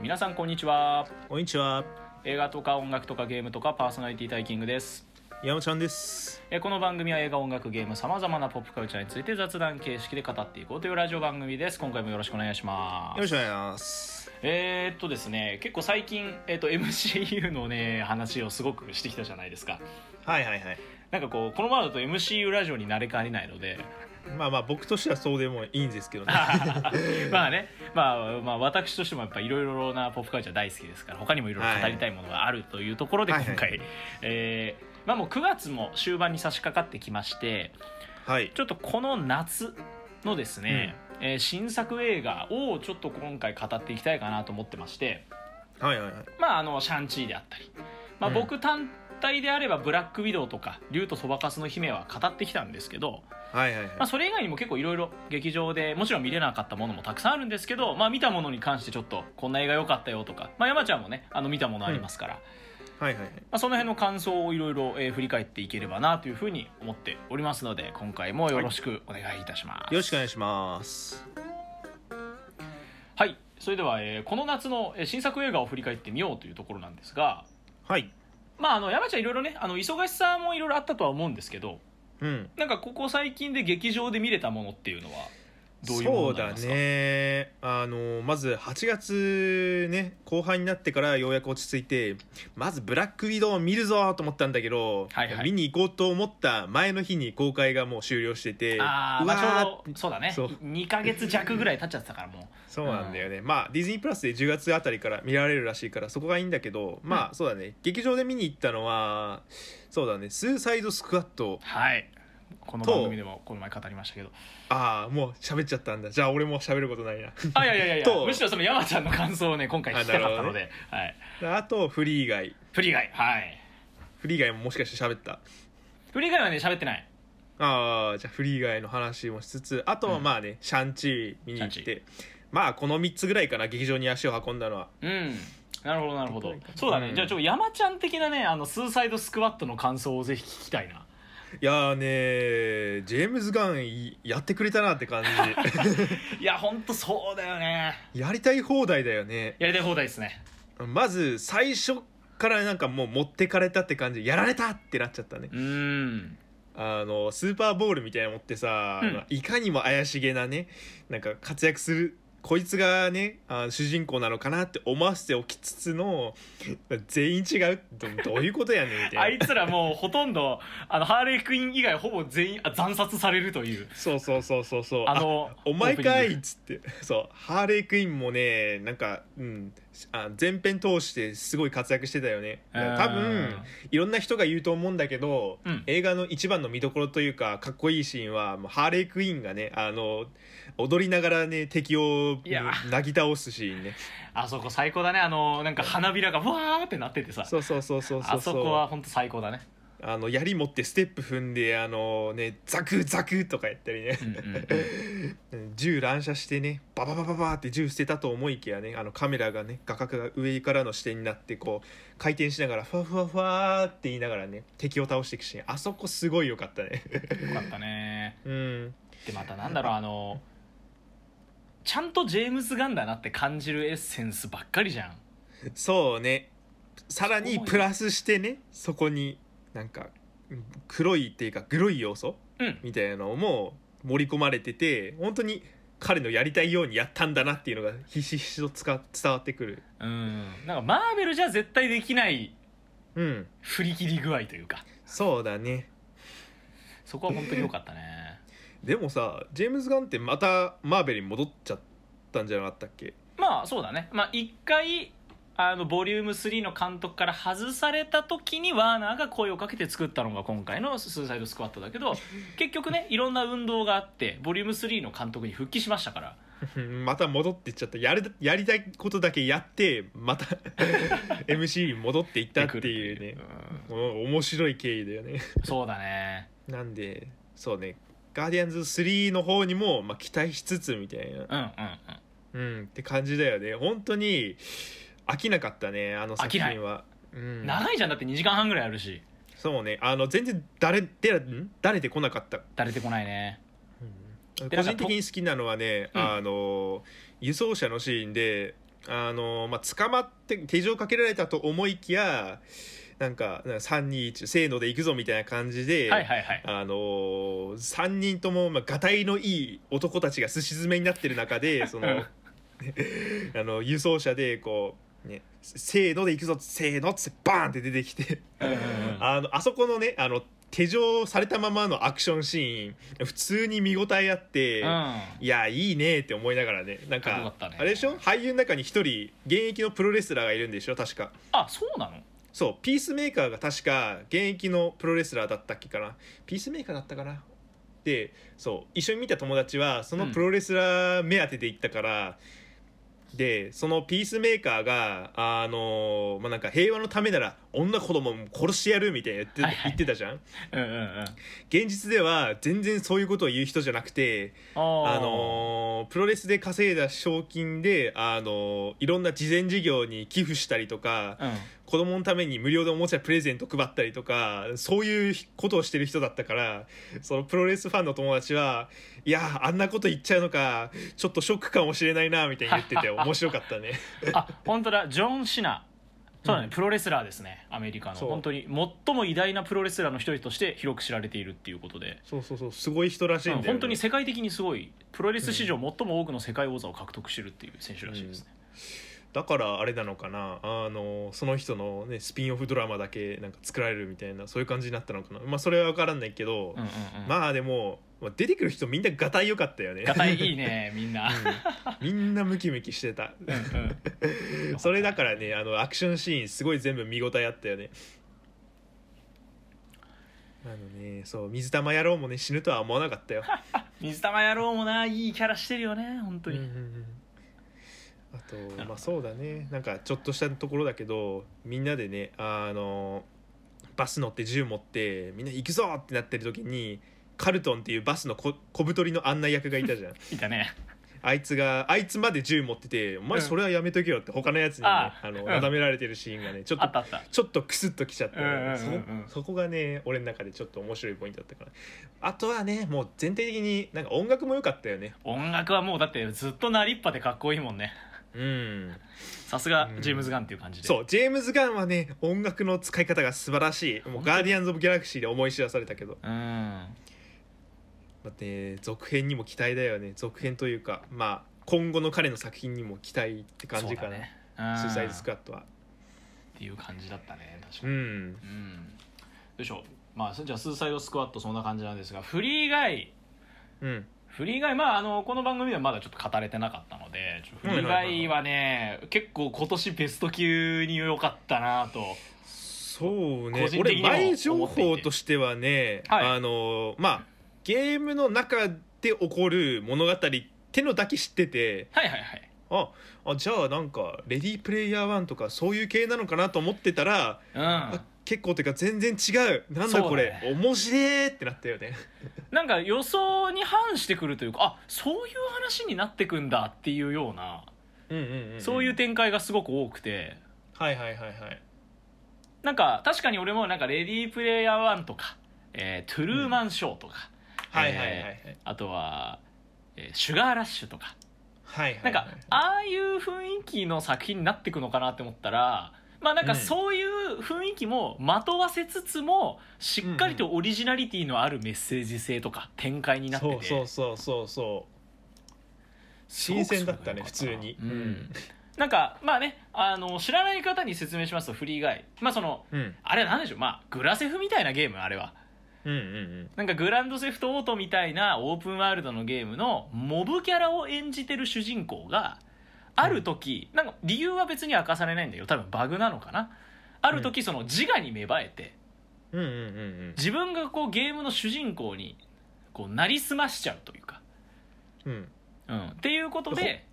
皆さんこんにちはこんにちは、映画とか音楽とかゲームとかパーソナリティタイキングです山ちゃんです。えーこの番組は映画音楽ゲームさまざまなポップカルチャーについて雑談形式で語っていこうというラジオ番組です今回もよろしくお願いしまよろすしくお願いします。えー、っとですね結構最近、えーっと MCU のね話をすごくしてきたじゃないですかはいはいはい。なんかこうこのままだと MCU ラジオに慣れかねないのでまあまあ僕としてはそうでもいいんですけど ね。まあね、まあ、まあ私としてもやっぱいろいろなポップカルチャー大好きですから他にもいろいろ語りたいものがあるというところではい今回、えーまあもう9月も終盤に差し掛かってきましてはい。ちょっとこの夏のですね、えー新作映画をちょっと今回語っていきたいかなと思ってましてはいはいはい。まああのシャンチーであったり、まあ、うん僕単体であれば「ブラックウィドウ」とか「竜とそばかすの姫」は語ってきたんですけど、はいはいまあ、はそれ以外にも結構いろいろ劇場でもちろん見れなかったものもたくさんあるんですけど、まあ、見たものに関してちょっとこんな映画良かったよとか、まあ、山ちゃんもねあの見たものありますから、い。はいはいはい。まあ、その辺の感想をいろいろえー振り返っていければなというふうに思っておりますので今回もよろしくお願いいたします。よろしくお願いします。はいそれでは、えーこの夏のえー新作映画を振り返ってみようというところなんですが、はい。まあ、あの山ちゃんいろいろねあの忙しさもいろいろあったとは思うんですけどうん。なんかここ最近で劇場で見れたものっていうのはどういうものそうになりだますかね。あのまず8月ね後半になってからようやく落ち着いて、まずブラックウィドウを見るぞと思ったんだけど、はいはい見に行こうと思った前の日に公開がもう終了してて、あーうまわあ、ちょーうどそうだねそう2か月弱ぐらい経っちゃってたからもうそうなんだよね、まあディズニープラスで10月あたりから見られるらしいからそこがいいんだけどまあそうだね、劇場で見に行ったのはそうだね「スーサイドスクワットはいこのと番組でもこの前語りましたけど」ああもう喋っちゃったんだじゃあ俺も喋ることないな あいやいや いやいやとむしろその山ちゃんの感想をね今回聞きたかったので、はい、あとフリー以外フリー以外はいフリー以外ももしかして喋ったフリー以外はね喋ってないああじゃあフリー以外の話もしつつあとはまあね、シャンチー見に行っシャンチてまあこの3つぐらいかな劇場に足を運んだのはうんなるほどなるほどできないかなそうだね、うんじゃあちょっと山ちゃん的なねあのスーサイドスクワットの感想をぜひ聞きたいないやーねージェームズ・ガンいやってくれたなって感 いやほんとそうだよねじやりたい放題だよねやりたい放題ですねまず最初からなんかもう持ってかれたって感じやられたってなっちゃったねうーんあのスーパーボールみたいなの持ってさ、うんあのいかにも怪しげなねなんか活躍するこいつがねあ主人公なのかなって思わせておきつつの全員違うどどういうことやねんみあたいいなつらもうほとんどあのハーレークイーン以外ほぼ全員あ惨殺されるというそうそうそうそうそうあのお前かオープニンいっグつってそうハーレークイーンもねなんか、うん、あ前編通してすごい活躍してたよねうん多分いろんな人が言うと思うんだけど、うん映画の一番の見どころというかかっこいいシーンはもうハーレークイーンがねあの踊りながらね敵をいやなぎ倒すシー ンねあそこ最高だねあのなんか花びらがわーってなっててさそうそうそうそうそうあそこは本当最高だね、あの槍持ってステップ踏んであのねザクザクとかやったりねうんうんうんうん銃乱射してねバババババって銃捨てたと思いきやねあのカメラがね画角が上からの視点になってこう回転しながらふわふわふわーって言いながらね敵を倒していくシーンあそこすごい良かったねよ かったねうんでまたなんだろうあのちゃんとジェームズ・ガンだなって感じるエッセンスばっかりじゃんそうねさらすにごいプラスしてねそこになんかうん黒いっていうかグロい要素うんみたいなのも盛り込まれてて本当に彼のやりたいようにやったんだなっていうのがひしひしとつか伝わってくるうんなんかマーベルじゃ絶対できないうん振り切り具合というかそうだねそこは本当に良かったねでもさジェームズ・ガンってまたマーベルに戻っちゃったんじゃなかったっけ まあそうだねまあ一回あのボリューム3の監督から外された時にワーナーが声をかけて作ったのが今回の「スーサイドスクワット」だけ ど結局ねいろんな運動があってボリューム3の監督に復帰しましたからまた戻っていっちゃったやるやりたいことだけやってまた MC に戻っていったっていうねうんうん面白い経緯だよねそうだねなんでそうね「ガーディアンズ3」の方にも、まあ、期待しつつみたいなうんうんうんうんって感じだよね本当に飽きなかったねあの作飽きない品は、うん、長いじゃんだって2時間半ぐらいあるしそうねあの全然誰でんだれてこなかっただれてこないね個でなんか人的に好きなのはね、うんあの輸送車のシーンであの、まあ、捕まって手錠かけられたと思いきやなんかなんか321せーので行くぞみたいな感じで、はいはいはいあのー、3人とも、まあ、がたいのいい男たちがすし詰めになってる 中でそのう あの輸送車でこう、ね「せーので行くぞ」せーの」っつってバーンって出てきてうんうんうん あのあそこのねあの手錠されたままのアクションシーン普通に見応えあって。ういやいいねって思いながらねなんかっこかよかったねあれでしょ俳優の中に一人現役のプロレスラーがいるんでしょ確かあそうなのそうピースメーカーが確か現役のプロレスラーだったっけかなピースメーカーだったかなでそう一緒に見た友達はそのプロレスラー目当てで行ったから、でそのピースメーカーがあのーまあなんか平和のためなら女子供も殺してやるみたいな言って,、はいはい言ってたじゃんうんうんうん現実では全然そういうことを言う人じゃなくてあーあのープロレスで稼いだ賞金で、あのーいろんな慈善事業に寄付したりとかうん子供のために無料でおもちゃプレゼント配ったりとかそういうことをしてる人だったからそのプロレスファンの友達はいやあんなこと言っちゃうのかちょっとショックかもしれないなみたいに言って て面白かったね。あ本当だジョン・シナそうだね、うんプロレスラーですねアメリカのそう本当に最も偉大なプロレスラーの一人として広く知られているっていうことで、そうそうそうすごい人らしいんだよ、うんね、本当に世界的にすごいプロレス史上最も多くの世界王座を獲得してるっていう選手らしいですね、だからあれなのかなあのその人の、ね、スピンオフドラマだけなんか作られるみたいなそういう感じになったのかなまあそれは分からんないけど、うんうんうんまあでも、まあ出てくる人みんながたいよかったよ ねガタイいいねみんな、みんなムキムキしてたうんうん それだからねあのアクションシーンすごい全部見応えあったよねあのねそう水玉野郎もね死ぬとは思わなかったよ本水玉野郎もないいキャラしてるよね本当に、あなとるまほどあそうだねなんかちょっとしたところだけどみんなでねあのバス乗って銃持ってみんな行くぞってなってる時にカルトンっていうバスのこ小太りの案内役がいた じゃんいたねあいつがあいつまで銃持ってて「お前うんそれはやめとけよ」って他のやつにね、あああのうんなだめられてるシーンがねちょっあとったあったちょっとクスッときちゃった、うんうんうんうんそそこがね俺の中でちょっと面白いポイントだったからあとはねもう全体的になんか音楽も良かったよね音楽はもうだってずっとなりっぱでかっこいいもんねうんさすがジェームズ・ガンっていう感じで、そうジェームズ・ガンはね音楽の使い方が素晴らしいもう「ガーディアンズ・オブ・ギャラクシー」で思い知らされたけどうんだって続編にも期待だよね続編というかまあ今後の彼の作品にも期待って感じかそうな、だねスーサイズ・うんスクワットはっていう感じだったね確かうに、んうんどうでしょうまあそじゃあスーサイドスクワットそんな感じなんですがフリー以外うんフリー以外まああのこの番組ではまだちょっと語れてなかったのでちょっとフリー以外はね結構今年ベスト級に良かったなとそ個うね人的俺にも前情報としてはね、はいあのまあゲームの中で起こる物語ってのだけ知っててはいはいはいああじゃあなんか「レディープレイヤー1」とかそういう系なのかなと思ってたら、うんあ、結構てか全然違うなんそうだだねこれ、面白えってなったよねなんか予想に反してくるというかあそういう話になってくんだっていうような、うんうん、うん、そういう展開がすごく多くてはいはいはいはいなんか確かに俺もなんか「レディープレイヤー1」とか、えートゥルーマンショー」とか、はいはいはいはいあとは、えーシュガーラッシュ」とかはいはいなんかああいう雰囲気の作品になってくのかなって思ったらまあなんかうんそういう雰囲気もまとわせつつもしっかりとオリジナリティのあるメッセージ性とか展開になってて、そうそうそうそうそう新鮮だったね普通にうんなんかまあねあの知らない方に説明しますとフリー以外まあそのうんあれは何でしょうまあグラセフみたいなゲームあれはうんうんなんかグランドセフトオートみたいなオープンワールドのゲームのモブキャラを演じてる主人公がある時、なんか理由は別に明かされないんだよ多分バグなのかなある時その自我に芽生えてうんうんうんうんうん自分がこうゲームの主人公にこうなりすましちゃうというか、うんうん、っていうことで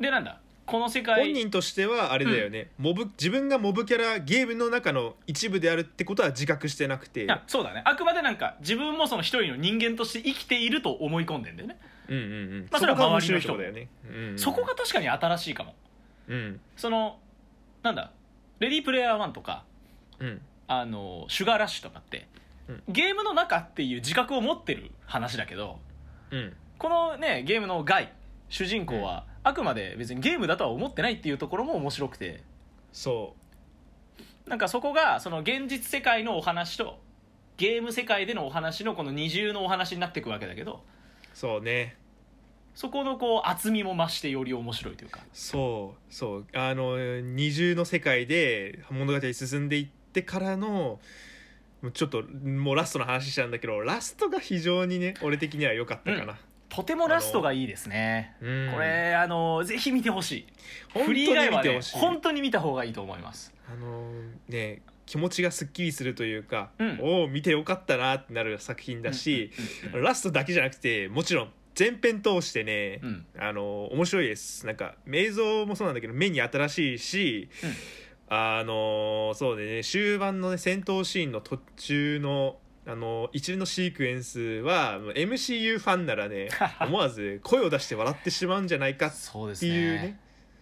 でなんだこの世界本人としてはあれだよね、モブ自分がモブキャラゲームの中の一部であるってことは自覚してなくて、あそうだねあくまでなんか自分もその一人の人間として生きていると思い込んでんだよね、うんうんうんまあそれはこが面周りの白いと人こだよね、うんうんそこが確かに新しいかもうんそのなんだ「レディープレイヤー1」とかうん「あのシュガーラッシュ」とかって、うんゲームの中っていう自覚を持ってる話だけどうんこのねゲームの外主人公はあくまで別にゲームだとは思ってないっていうところも面白くてそなんかそこがその現実世界のお話とゲーム世界でのお話のこの二重のお話になっていくわけだけどうそうねそこのこう厚みも増してより面白いというかそうそうあの二重の世界で物語進んでいってからのもうちょっともうラストの話したんだけどラストが非常にね俺的には良かったかな、とてもラストがいいですねうんこれあのぜひ見てほしい本当フにリー以外見はてねほしい、本当に見た方がいいと思いますあのね気持ちがすっきりするというか、うんおお見てよかったなってなる作品だし、うんうんうんラストだけじゃなくてもちろん前編通してね、うんあの面白いですなんか映像もそうなんだけど目に新しいし、うんあのそうね終盤の、ね、戦闘シーンの途中のあの一連のシークエンスはもう MCU ファンな らね思わず声を出して笑ってしまうんじゃないかっそうでてすいうねね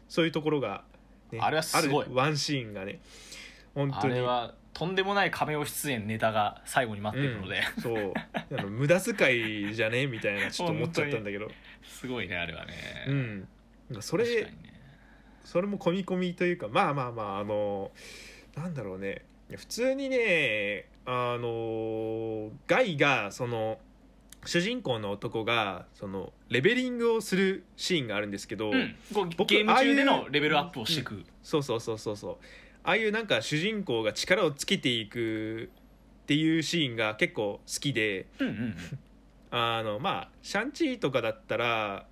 そういうところが、ねあれはすごいあるワンシーンがね本あ当にれはとんでもない亀尾出演ネタが最後に待ってるので、そうあの無駄遣いじゃねみたいなちょっと思っちゃったんだけど、すごいねあれはね、うん、なんかそ確れかにねそれも込み込みというかまあまあまああのなんだろうね普通にねあのガイがその主人公の男がそのレベリングをするシーンがあるんですけど、うん、こう僕ゲームああいう中でのレベルアップをしていく、そうそうそうそうそうああいうなんか主人公が力をつけていくっていうシーンが結構好きでうんうんうんあのまあシャンチーとかだったら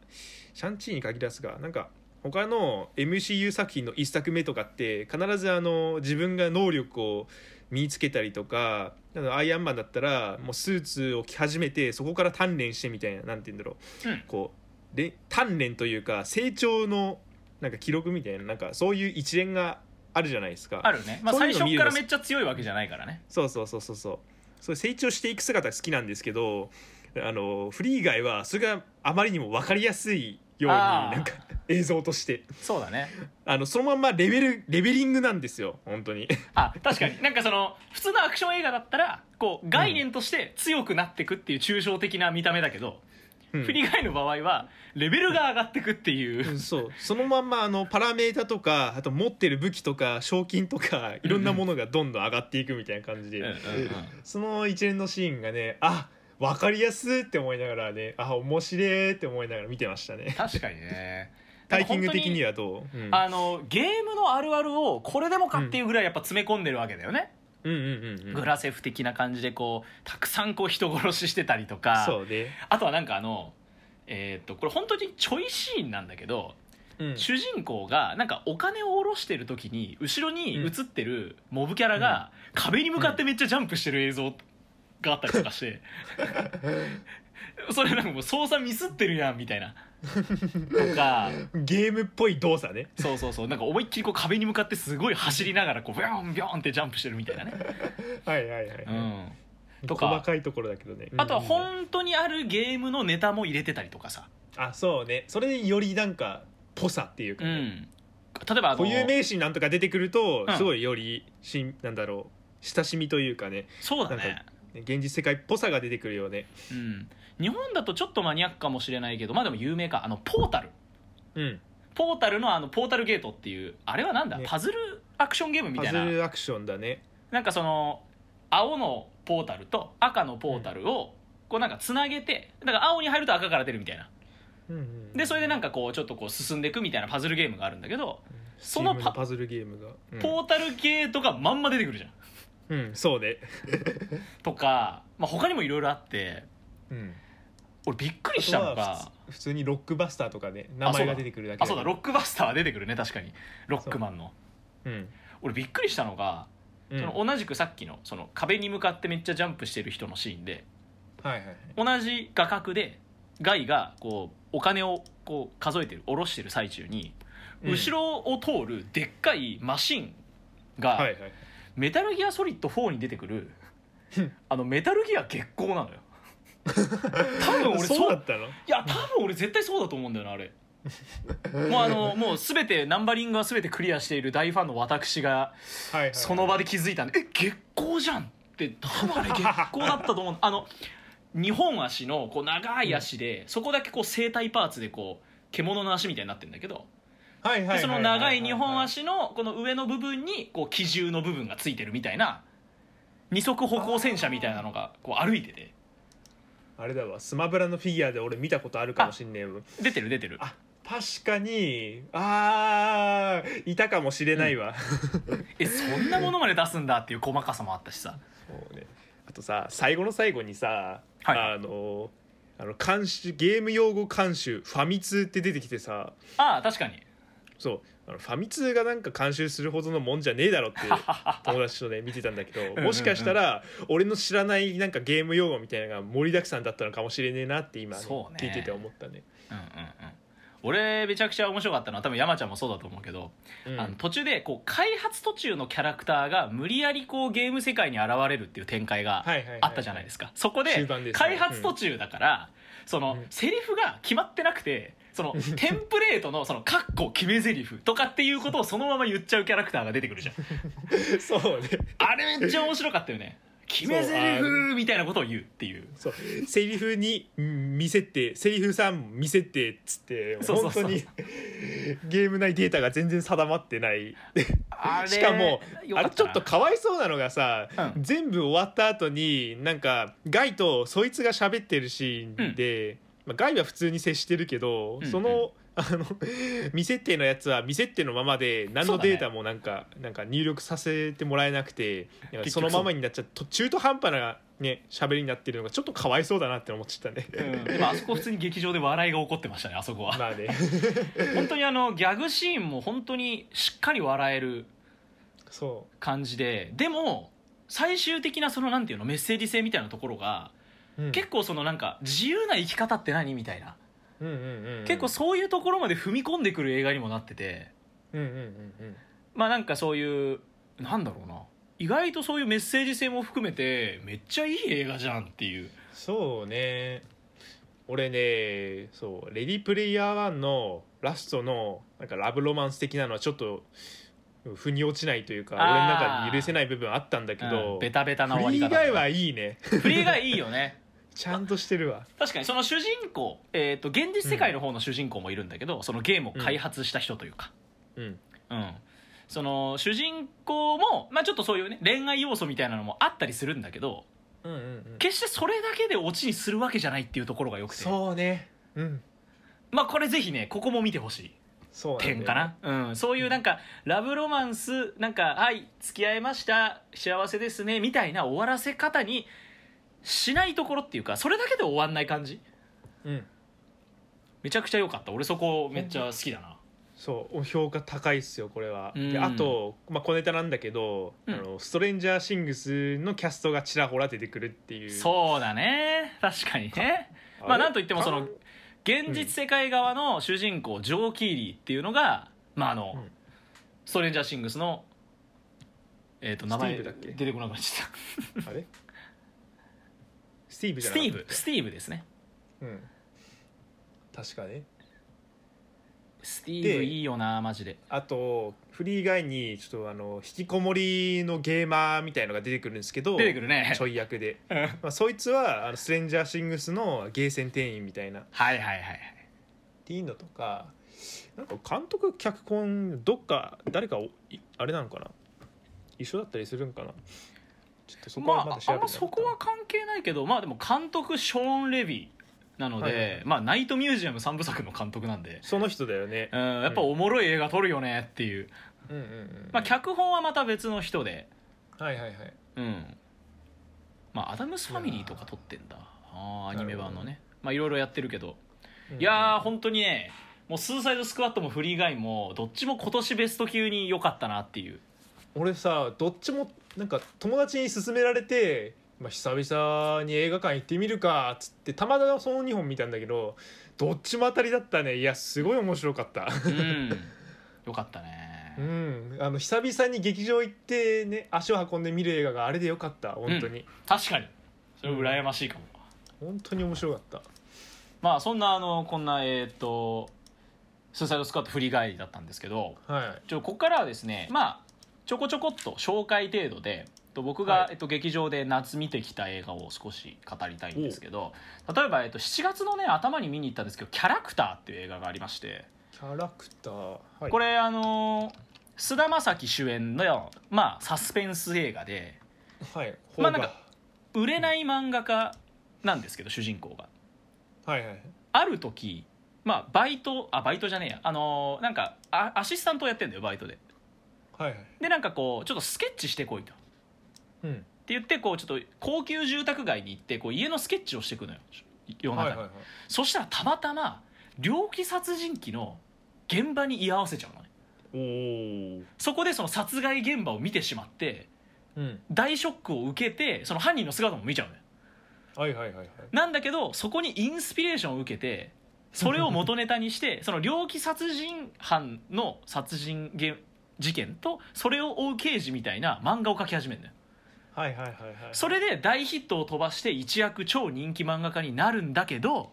シャンチーに限らすがなんか他の MCU 作品の一作目とかって必ずあの自分が能力を身につけたりとかあのアイアンマンだったらもうスーツを着始めてそこから鍛錬してみたいななんて言うんだろう、うんこうで鍛錬というか成長のなんか記録みたいななんかそういう一連があるじゃないですか。あるね、まあ、そ最ういうの見初るかのらめっちゃ強いわけじゃないからねそうそうそうそうそうそう成長していく姿が好きなんですけどあのフリー以外はそれがあまりにも分かりやすいようにあーなんか映像としてそうだねあのそのまんまレベルレベリングなんですよ本当にあ確か になんかその普通のアクション映画だったらこう概念として強くなってくっていう抽象的な見た目だけど、うんフリーガイの場合はレベルが上がってくっていう、うんそうそのまんまあのパラメータとかあと持ってる武器とか賞金とかいろんなものがどんどん上がっていくみたいな感じうで、んうんうんその一連のシーンがねあ分かりやすいって思いながらねあ面白いって思いながら見てましたね確かにねタイキング的にはどう、うんあのゲームのあるあるをこれでもかっていうぐらいやっぱ詰め込んでるわけだよね、うんうんうんうんグラセフ的な感じでこうたくさんこう人殺ししてたりとかそうね、あとはなんかあのえーっとこれ本当にちょいシーンなんだけど、うん主人公がなんかお金を下ろしてる時に後ろに映ってるモブキャラが壁に向かってめっちゃジャンプしてる映像があったりとかして それなんかもう操作ミスってるやんみたいなとかゲームっぽい動作ねそうそうそうなんか思いっきりこう壁に向かってすごい走りながらこうビョーンビョーンってジャンプしてるみたいなね、はいはいはい、うん、とか細かいところだけどねあとはうんうん本当にあるゲームのネタも入れてたりとかさ、あそうねそれでよりなんかぽさっていううか、ねん、例えばあの固有名詞なんとか出てくると、うんすごいよりしんなんだろう親しみというかねそうだなんねか、現実世界っぽさが出てくるよねうん、日本だとちょっとマニアックかもしれないけどまあでも有名かあのポータルうんポータルのあのポータルゲートっていうあれはなんだ、ねパズルアクションゲームみパたいズなルアクションだねなんかその青のポータルと赤のポータルをこうなんかつなげてだから青に入ると赤から出るみたいなうんうんでそれでなんんかこうちょっとこう進んでいくみたいなパズルゲームがあるんだけどそそののパパパズルゲームが、うんポータルゲートがまんま出てくるじゃんうんそうね、とか、まあ、他にもいろいろあってうん、俺びっくりあしとたのはが普通普通にロックバスターとかね名前が出てくるだけあそうだロクックバスターは出てくるね確かにロックマンのうん、俺びっくりしたのが、うん、その同じくさっきのその壁に向かってめっちゃジャンプしてる人のシーンではいはいはい同じ画角でガイがこうお金をこう数えてる下ろしてる最中に、うん後ろを通るでっかいマシンが、はいはいメタルギアソリッド4に出てくるあのメタルギア月光な のよ多分俺そうそうだったのいや多分俺絶対そうだと思うんだよなあれもうあ のもう全てナンバリングは全てクリアしている大ファンの私がはいはいその場で気づいたんで「え月光じゃん!」って多分あれ月光だったと 思うあの2本足のこう長い足でそこだけこう生体パーツでこう獣の足みたいになってるんだけどはいはでいその長い日2本足のこの上の部分にこう機銃の部分がついてるみたいな二足歩行戦車みたいなのがこう歩いててあれだわスマブラのフィギュアで俺見たことあるかもしんねえわ出てる出てるあ確かにあーいたかもしれないわ、えそんなものまで出すんだっていう細かさもあったしさそうねあとさ最後の最後にさ、はいあのあの監修ゲーム用語監修ファミ通って出てきてさああ確かにそうあのファミ通がなんか監修するほどのもんじゃねえだろって 友達とね見てたんだけどうんもしかしたら俺の知らないなんかゲーム用語みたいなのが盛りだくさんだったのかもしれねえなって今ね、そうね聞いてて思ったね。うんうんうん俺めちゃくちゃ面白かったのは多分山ちゃんもそうだと思うけど、うんあの途中でこう開発途中のキャラクターが無理やりこうゲーム世界に現れるっていう展開がはいはいはいあったじゃないですか、そこ終で盤ですね開発途中だから、そのうんセリフが決まってなくてそ のテンプレートのそのカッコ決め台詞とかっていうことをそのまま言っちゃうキャラクターが出てくるじゃん そうねあれめっちゃ面白かったよね決め台そうあ詞みたいなことを言うっていうそうセリフにうん見せてセリフさん見せてっつってそうそうそう本当に ゲーム内データが全然定まってないあれしかもよかあたれちょっなとかわいそうなのがさ、うん全部終わった後になんかガイとそいつが喋ってるシーンで、まあ、ガイは普通に接してるけど、うんその。あの 未設定のやつは未設定のままで何そうのだねデータもなんか,、なんか入力させてもらえなくてなんか結そ局そのうままになっちゃって中途半端なね喋りになってるのがちょっとかわいそうだなって思っち ゃったね。うん、でもあそこ普通に劇場で笑いが起こってましたねあそこは まあね本当にあのギャグシーンも本当にしっかり笑えるそ感じででも最終的なそのなんていうのメッセージ性みたいなところが、う、うん結構そのなんか自由な生き方って何みたいな、うんうんうんうん結構そういうところまで踏み込んでくる映画にもなっててうんうんうんうんまあなんかそういうなんだろうな意外とそういうメッセージ性も含めてめっちゃいい映画じゃんっていうそうね俺ねそう「レディプレイヤー1」のラストのなんかラブロマンス的なのはちょっと腑に落ちないというか俺あーの中で許せない部分あったんだけうど、んベタベタな終わフリりー方以外はいいねフリー以外いいよねちゃんとしてるわ確かにその主人公、えー、と現実世界の方の主人公もいるんだけど、そのゲームを開発した人というか、うんうんその主人公も、まあ、ちょっとそういう、ね、恋愛要素みたいなのもあったりするんだけどうんうんうん決してそれだけでオチにするわけじゃないっていうところがよくて、そうねうんまあ、これぜひねここも見てほしいそうなんだよ点かな、うん、そういうなんか、ラブロマンスなんか「はい付き合いました幸せですね」みたいな終わらせ方にしないところっていうかそれだけで終わんない感じうんめちゃくちゃ良かった俺そこめっちゃ好きだな、そう評価高いっすよこれは、うんであと、まあ、小ネタなんだけど、うんあのストレンジャーシングスのキャストがちらほら出てくるっていうそうだね確かにねあれまあなんといってもそのかん現実世界側の主人公ジョー・キーリーっていうのが、まああのうんストレンジャーシングスのえっ、と名前スティーブだっけ出てこなくなっちゃっあれスティーブたじゃスなテかィっーブスティーブですねたうん確かねスティーブでいいよなマジであとフリー以外にちょっとあの引きこもりのゲーマーみたいのが出てくるんですけど出てくるねちょい役で、 うんはいまあ、そいつはあのスレンジャーシングスのゲーセン店員みたいなっはいはいはいていうのとかなんか監督脚本どっか誰かおいあれなのかな一緒だったりするんかなちょっとそこまはまだあ調あべてなかったんまそこは関係ないけどまあでも監督ショーン・レビーなので、はいはいはいまあナイトミュージアム3部作の監督なんでその人だよねうんやっぱおもろい映画撮るよねっていう、うんうんうんまあ脚本はまた別の人ではいはいはいうんまあアダムスファミリーとか撮ってんだあーアニメ版のなねまあいろいろやってるけど、うんいやー本当にねもうスーサイドスクワットもフリーガイもどっちも今年ベスト級に良かったなって いう俺さどっちもなんか友達に勧められて、まあ、久々に映画館行ってみるかっつってたまたまその2本見たんだけどどっちも当たりだったねいやすごい面白かった うん良かったうねんあの久々に劇場行ってね足を運んで見る映画があれでよかった本当に、確かにそれ羨ましいかも、本当に面白かったまあそんなあのこんなえっ、とスーサイドスクワットフリーガイだったんですけどはいちょここからはですねまあちょこちょこっと紹介程度でと僕が、はいえっと、劇場で夏見てきた映画を少し語りたいんですけど例えば、えっと、7月のね頭に見に行ったんですけど「キャラクター」っていう映画がありまして、キャラクター、はい、これあのー菅田将暉主演の、まあ、サスペンス映画ではいまあ邦画なんか売れない漫画家なんですけど主人公が。はいはいある時、まあ、バイトあバイトじゃねえやあのーなんかあアシスタントをやってんだよバイトで。はいはいでなんかこうちょっとスケッチしてこいと。うんって言ってこうちょっと高級住宅街に行ってこう家のスケッチをしていくのよ夜中はに、いはいはいそしたらたまたま猟奇殺人鬼の現場に居合わせちゃうのねおおそこでその殺害現場を見てしまってうん大ショックを受けてその犯人の姿も見ちゃうのよはいはいはいはいなんだけどそこにインスピレーションを受けてそれを元ネタにして その猟奇殺人犯の殺人げ事件とそれを追う刑事みたいな漫画を描き始めるのよはいはいはいはいそれれで大ヒットを飛ばして一躍超人気漫画家になるんだけど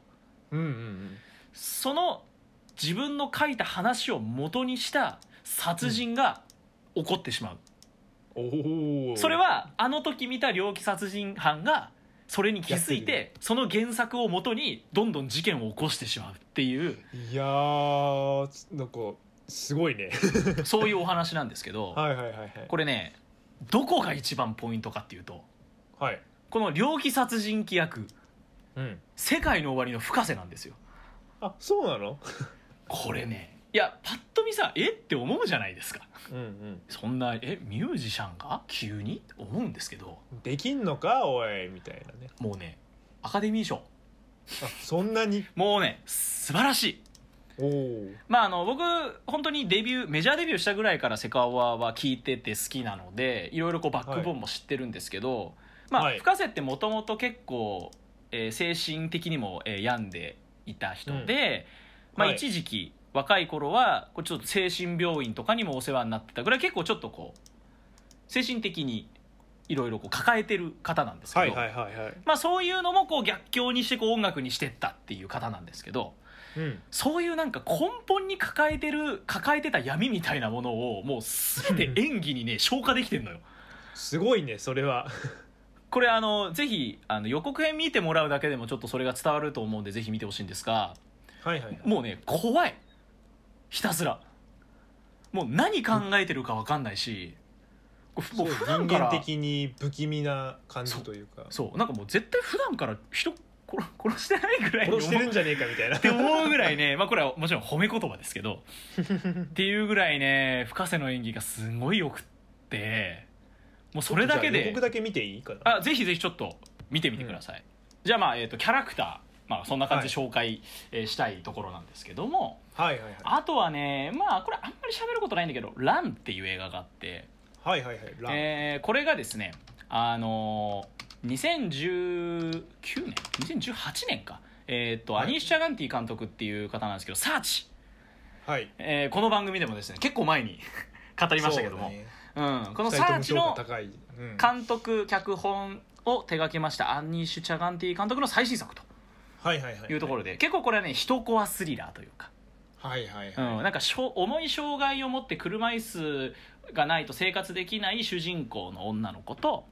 うんうんうんその自分の書いた話を元にした殺人が起こってしまう、おおそれはあの時見た猟奇殺人犯がそれに気づいやてその原作を元にどんどん事件を起こしてしまうっていういやーつなんかすごいねそういうお話なんですけど、はいはいはいはいこれねどこが一番ポイントかっていうとはいこの猟奇殺人鬼役うん世界の終わりの深瀬なんですよあそうなのこれねいやパッと見さえって思うじゃないですか うんうんそんなえミュージシャンが急にって思うんですけどできんのかおいみたいなねもうねアカデミー賞あそんなにもうね素晴らしいおおまああの僕本当にデビューメジャーデビューしたぐらいからセカオワは聞いてて好きなのでいろいろこうバックボーンも知ってるんですけど、まあ、はい深瀬ってもともと結構、えー精神的にも、えー病んでいた人で、うんまあ、はい一時期、若い頃はこうちょっと精神病院とかにもお世話になってたぐらい結構ちょっとこう精神的にいろいろこう抱えてる方なんですけど、はいはいはいはいまあ、そういうのもこう逆境にしてこう音楽にしてったっていう方なんですけど。うんそういうなんか根本に抱えてる抱えてた闇みたいなものをもう全て演技にね消化できてんのよすごいねそれはこれあのぜひあの予告編見てもらうだけでもちょっとそれが伝わると思うんでぜひ見てほしいんですがはいはいもうね怖いひたすらもう何考えてるか分かんないしこうそもうう普人段か間ら的に不気味な感じというかそうなんかもう絶対普段から人殺殺してないぐらいに思 う殺してるんじゃねえかみたいなって思うぐらいね、ま あこれはもちろん褒め言葉ですけ ど、っていうぐらいね、深瀬の演技がすごいよくって、もうそれだけじゃあ予で告、だけ見ていいかなあ、ぜひぜひちょっと見てみてください。じゃあまあ、えっ、と、キャラクター、まあそんな感じで紹介、えーしたいところなんですけども、はいはいはいあとはね、まあこれあんまり喋ることないんだけど、ランっていう映画があって、はいはいはいラン、えーこれがですね、あのー2019年 ?2018 年か。えっ、と、はいアニー・シャガンティ監督っていう方なんですけど、サーチはいえーこの番組でもですね結構前に 語りましたけどもう、そうだねん、この「サーチ」二人とも評の価高い、うん監督脚本を手掛けましたアンニー・シュチャガンティ監督の最新作とはいはいはいいうところで結構これはね一コアスリラーというか、はいはいはい、うん、なんかしょ重い障害を持って車椅子がないと生活できない主人公の女の子と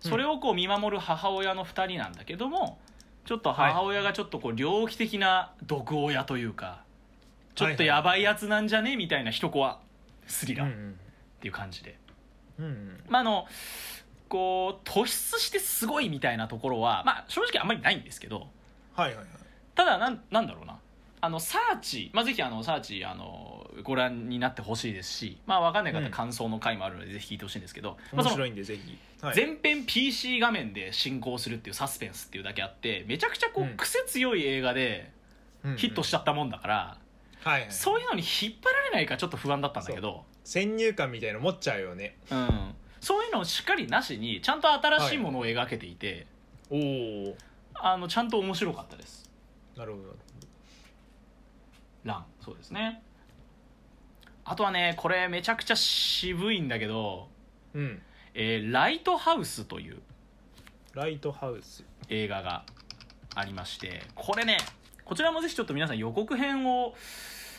それをこう見守る母親の2人なんだけどもちょっと母親がちょっとこう猟奇的な毒親というかちょっとやばいやつなんじゃねみたいな一コアスリラうーっんていう感じで、うんうんまああのこう突出してすごいみたいなところはまあ正直あんまりないんですけどはいはいはいただなんなんだろうなあのサーチ、まあ、ぜひあのサーチあのご覧になってほしいですし、まあ、分かんないうん方感想の回もあるのでぜひ聞いてほしいんですけど、まあ面その白いんでぜひ、はい、全編 PC 画面で進行するっていうサスペンスっていうだけあってめちゃくちゃこうんう癖強い映画でヒットしちゃったもんだから、た、はいはい、そういうのに引っ張られないかちょっと不安だったんだけど先入観みたいの持っちゃうよねそう,、ん、そういうのをしっかりなしにちゃんと新しいものを描けていて、おおあのちゃんと面白かったですなるほどランそうですねあとはねこれめちゃくちゃ渋いんだけどうん「えーライトハウス」というライトハウス映画がありましてこれねこちらもぜひちょっと皆さん予告編を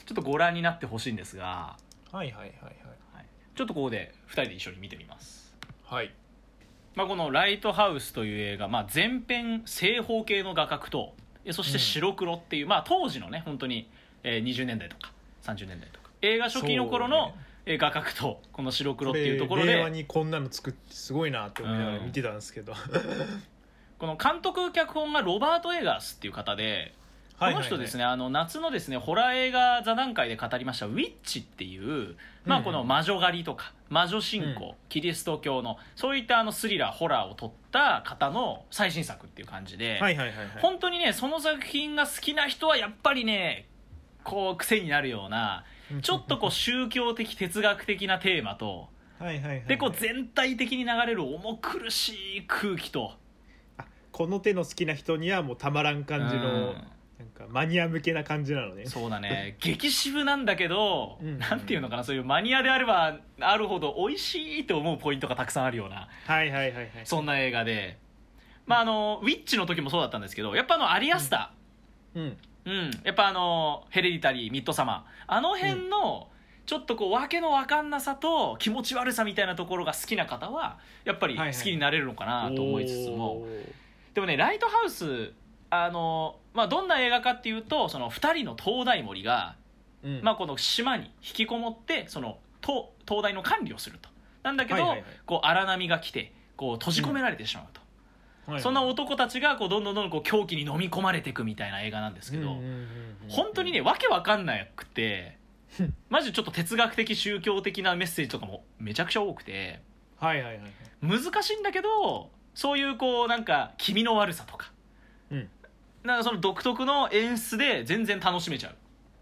ちょっとご覧になってほしいんですがはいはいはいちょっとここで2人で一緒に見てみますははいまあ、この「ライトハウス」という映画、まあ、前編正方形の画角とえそして白黒っていう、まあ、当時のね本当に、えー20年代とか30年代とか映画初期の頃の、そうねえー画角とこの白黒こっていうれところ令和でにこんなの作ってすごいなって思いながら見てたんですけど、この監督脚本がロバート・エガースっていう方でこの人ですねね、あの夏のですねホラー映画座談会で語りました「ウィッチ」っていう、まうあ、んこの魔女狩りとか魔女信仰、うキリスト教のそういったあのスリラーホラーを撮った方の最新作っていう感じで、はいはいはいはい本当にねその作品が好きな人はやっぱりねこう癖になるようなちょっとこう宗教的哲学的なテーマとはいはいはいはいでこう全体的に流れる重苦しい空気とあこの手の好きな人にはもうたまらん感じの、うんなんかマニア向けな感じなのねそうだ ね激渋なんだけどうんなんていうのかなそういうマニアであればあるほど美味しいと思うポイントがたくさんあるようなはいはいはいはいそんな映画で。まあ、あのウィッチの時もそうだったんですけどやっぱあのアリアスター、うんうん、やっぱあのヘレディタリーミッドサマーあの辺の、ちょっとこう訳の分かんなさと気持ち悪さみたいなところが好きな方はやっぱりはいは好いきになれるのかなと思いつつも、おーでもね「ライトハウス」あのまあ、どんな映画かっていうとその2人の灯台森が、うんまあ、この島に引きこもってその灯灯台の管理をするとなんだけど、はいはいはいこう荒波が来てこう閉じ込められてしまうと、はいそんな男たちがこうどんどんどんどんこう狂気に飲み込まれていくみたいな映画なんですけど、うんうんうんうん本当にねわけわかんなくてマジでちょっと哲学的宗教的なメッセージとかもめちゃくちゃ多くてはいはいはいはい難しいんだけどそういうこうなんか気味の悪さとかうんなんかその独特の演出で全然楽しめちゃ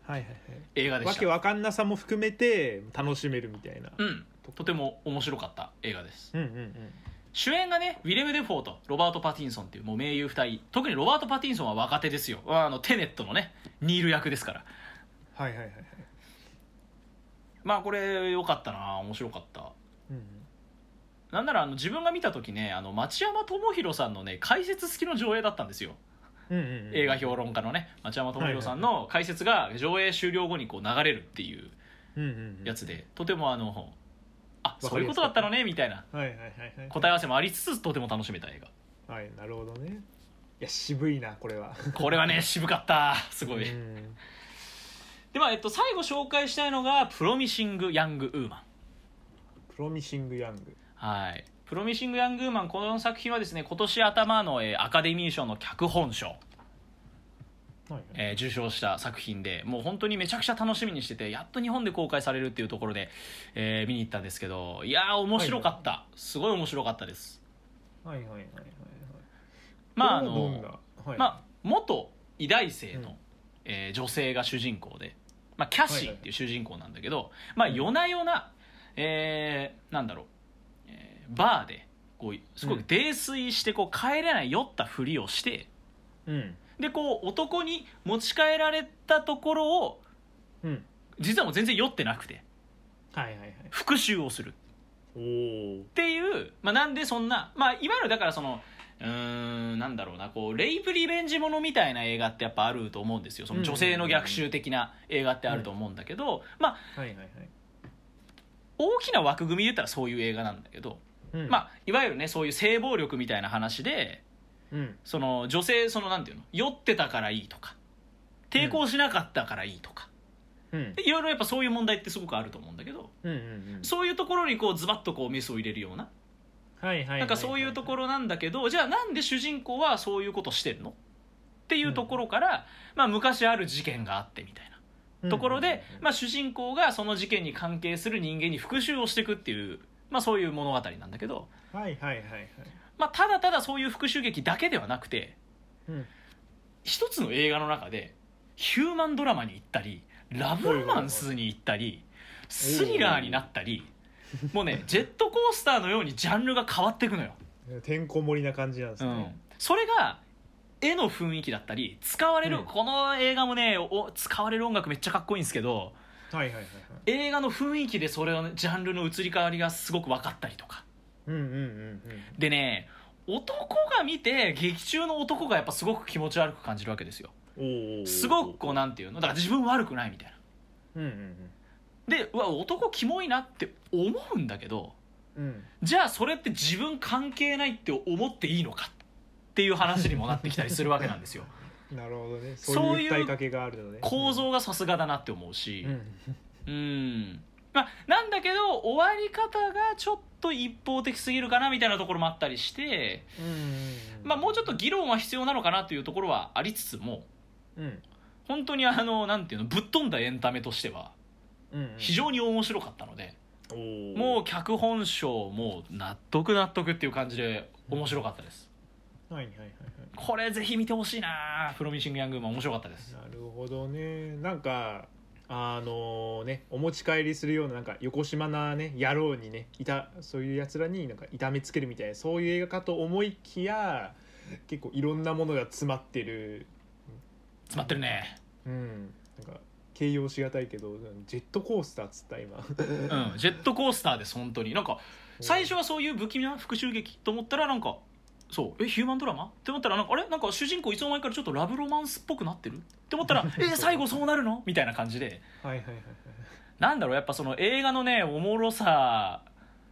うはいはいは映画いでわしけたわかんなさも含めて楽しめるみたいな、うんとても面白かった映画ですうんうんうん主演がねウィレム・デフォーとロバート・パティンソンっていうもう名優二人特にロバート・パティンソンは若手ですよあのテネットのねニール役ですからはいはいはいはい、まあこれ良かったな面白かったうんうん、なんならあの自分が見た時ねあの町山智博さんのね解説付きの上映だったんですよ、うんうんうん映画評論家のね町山智博さんの解説が上映終了後にこう流れるっていううんうんうんやつでとてもあのあわそかういりうやこすとだかっったたのねみたいなはいはいはいはい答え合わせもありつつとても楽しめた映画はいなるほどねいや渋いなこ れはこれは ね渋かったすごい、うんでまあ、えっと、最後紹介したいのが「プロミシング・ヤング・ウーマン」プロミシングヤングはい「プロミシング・ヤング・ウーマン」この作品はですね今年頭の、えーアカデミー賞の脚本賞はいはいえー受賞した作品でもう本当にめちゃくちゃ楽しみにしててやっと日本で公開されるっていうところで、えー見に行ったんですけどいやー面白かった、すごい面白かったですはいはいはいはいはいまああこれはどの、んなはいまあ、元医大生の、うんえー女性が主人公で、まあ、キャシーっていう主人公なんだけど、まあ、夜な夜な、えーなんだろう、えーバーでこうすごうくん泥酔してこう帰れない酔ったふりをして、うんでこう男に持ち帰られたところをうん実はもう全然酔ってなくてはいはいはい復讐をするっおおていう、まあ、なんでそんな、まあ、いわゆるだからそのうーんなんだろうなこうレイプリベンジものみたいな映画ってやっぱあると思うんですよその女性の逆襲的な映画ってあると思うんだけど、まあ、はいはいはい大きな枠組みで言ったらそういう映画なんだけど、うんまあ、いわゆるねそういう性暴力みたいな話でうんその女性そのなんていうの酔ってたからいいとか抵抗しなかったからいいとか、うんでいろいろやっぱそういう問題ってすごくあると思うんだけどうんうんうんそういうところにこうズバッとこうメスを入れるようなはいはいはいなんかそういうところなんだけどじゃあなんで主人公はそういうことしてるのっていうところから、まあ、昔ある事件があってみたいなところで、まあ、主人公がその事件に関係する人間に復讐をしていくっていう、まあ、そういう物語なんだけど、あはいはいはいはいまあ、ただただそういう復讐劇だけではなくてうん一つの映画の中でヒューマンドラマに行ったりラブロマンスに行ったりスリラーになったりもうねジェットコースターのようにジャンルが変わっていくのよ。てんこ盛りな感じなんですうね、ん、それが絵の雰囲気だったり使われる、うんこの映画もねお使われる音楽めっちゃかっこいいんですけどはいはいはいはい映画の雰囲気でそれを、ね、ジャンルの移り変わりがすごく分かったりとかうんうんうんでね男が見て劇中の男がやっぱすごく気持ち悪く感じるわけですようんおおすごくこうなんていうのだから自分悪くないみたいなうんうんでうわ男キモいなって思うんだけどうんうんじゃあそれって自分関係ないって思っていいのかっていう話にもなってきたりするわけなんですよなるほどねそそうういいう う訴えかけがあるのね構造がさすがだなって思うしうんうんまあなんだけど終わり方がちょっと一方的すぎるかなみたいなところもあったりして、まあ、もうちょっと議論は必要なのかなというところはありつつもうん本当にあのなんていうのぶっ飛んだエンタメとしてはうん非常に面白かったので、にもう脚本賞もう納得納得っていう感じで面白かったです、うはいはいはいはいこれぜひ見てほしいなプロミシングヤングウーマン面白かったですなるほどねなんかあのねお持ち帰りするようななんか横島なね野郎にねいたそういうやつらになんか痛めつけるみたいなそういう映画かと思いきや結構いろんなものが詰まってる詰まってるねうんなんか形容しがたいけどジェットコースターっつった今うんジェットコースターです本当になんか 最初はそういう不気味な復讐劇と思ったらなんかそうえヒューマンドラマって思ったらなんかあれなんか主人公いつの間にかちょっとラブロマンスっぽくなってるって思った らえ最後そうなるのみたいな感じではいはいはいはいなんだろうやっぱその映画のねおもろさ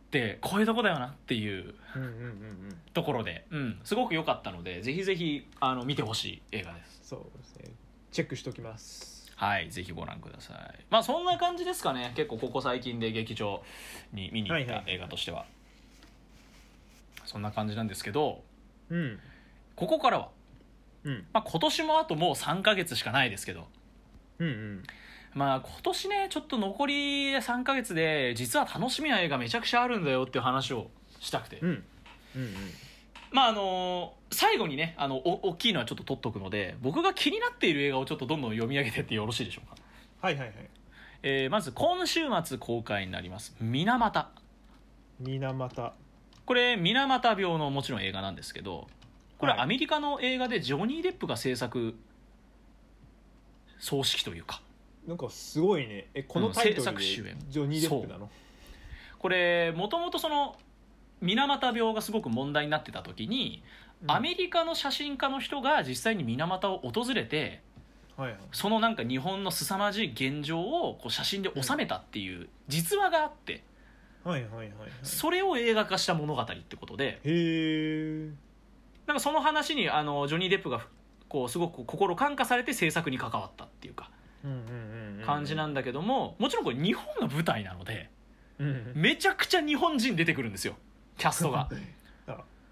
ってこういうとこだよなっていううんうんうんうんところで、うん、すごく良かったのでぜひぜひあの見てほしい映画ですそうですねチェックしときますはいぜひご覧くださいまあそんな感じですかね結構ここ最近で劇場に見に行っはいたはい映画としては、そんな感じなんですけどうんここからは、うんまあ、今年もあともう3ヶ月しかないですけどうんうんまあ今年ねちょっと残り3ヶ月で実は楽しみな映画めちゃくちゃあるんだよっていう話をしたくて、うんうんうんまああの最後にねあのお大きいのはちょっと取っとくので僕が気になっている映画をちょっとどんどん読み上げてってよろしいでしょうか、はいはいはいえーまず今週末公開になります「水俣水俣これ水俣病のもちろん映画なんですけどこれはいアメリカの映画でジョニー・デップが制作葬式というかなんかすごいねえこのタイトルうん制でジ作主演ョニー・デップなのこれもともとその水俣病がすごく問題になってた時に、アメリカの写真家の人が実際に水俣を訪れてうんはいはいそのなんか日本の凄まじい現状をこう写真で収めたっていう実話があってはいはいはいはいそれを映画化した物語ってことでへえなんかその話にあのジョニー・デップがこうすごく心感化されて制作に関わったっていうか感じなんんだけどももちろんこれ日本が舞台なのでうんめちゃくちゃ日本人出てくるんですよキャスト が。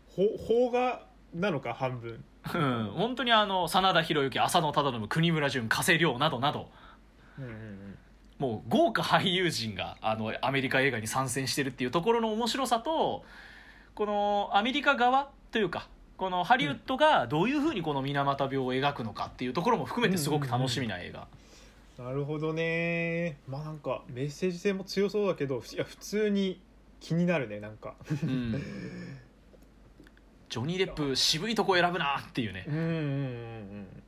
ほ邦画なのか半分うん、本当にあの真田広之浅野忠信国村淳加瀬亮などなどうんうんうんもう豪華俳優陣があのアメリカ映画に参戦してるっていうところの面白さとこのアメリカ側というかこのハリウッドがどういうふうにこの水俣病を描くのかっていうところも含めてすごく楽しみな映画、なるほどねまあなんかメッセージ性も強そうだけどいや普通に気になるねなんかうんジョニー・デップ渋いとこ選ぶなっていうねうんうんうん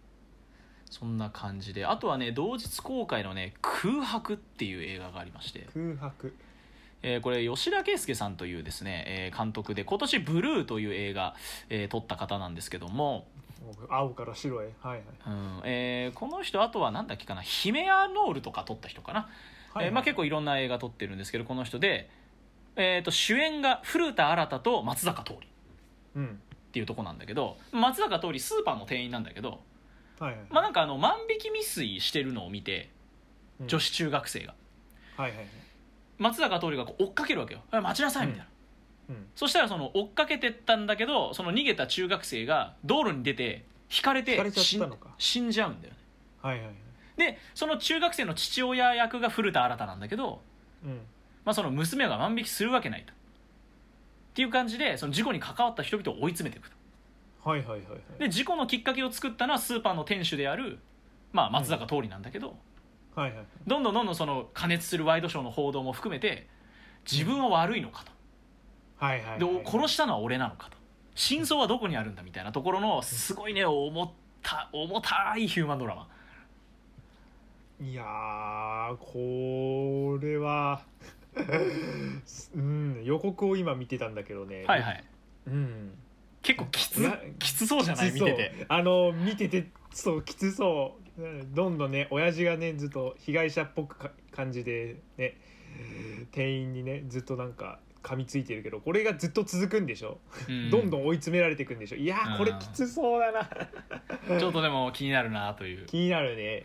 そんな感じであとはね同日公開のね「空白」っていう映画がありましてうん空白えーこれ吉田圭介さんというですね、えー監督で今年「ブルー」という映画、えー撮った方なんですけども、青から白へはいはいうんえーこの人あとは何だっけかな「ヒメアノール」とか撮った人かな、はいえーまあ、結構いろんな映画撮ってるんですけどこの人で、えー、と主演が古田新太と松坂桃李っうんていうとこなんだけど松坂桃李スーパーの店員なんだけど、はいはいまあ、なんかあの万引き未遂してるのを見てうん女子中学生がはいはいはい松坂桃李がこう追っかけるわけよ「あ待ちなさい」みたいな。うんそしたらその追っかけてったんだけどその逃げた中学生が道路に出てひかれてひかれちゃ死ったんのか死んじゃうんだよねはいはいはいでその中学生の父親役が古田新太なんだけど、うんまあ、その娘が万引きするわけないとっていう感じでその事故に関わった人々を追い詰めていくとはいはいはいはいで事故のきっかけを作ったのはスーパーの店主である、まあ、松坂桃李なんだけど、はいはいどんどんどんどんその加熱するワイドショーの報道も含めて自分は悪いのかとはいはいではい殺したのは俺なのかと真相はどこにあるんだみたいなところのすごいね重た重たいヒューマンドラマいやーこれは うん予告を今見てたんだけどねはいはいうん結構きつなきつそうじゃないきつ見そうててあの見ててそうきつそううんどんどんね親父がねずっと被害者っぽくか感じでね店員にねずっとなんか噛みついてるけどこれがずっと続くんでしょ、うんどんどん追い詰められていくんでしょいやーこれきつそうだなちょっとでも気になるなという、気になるね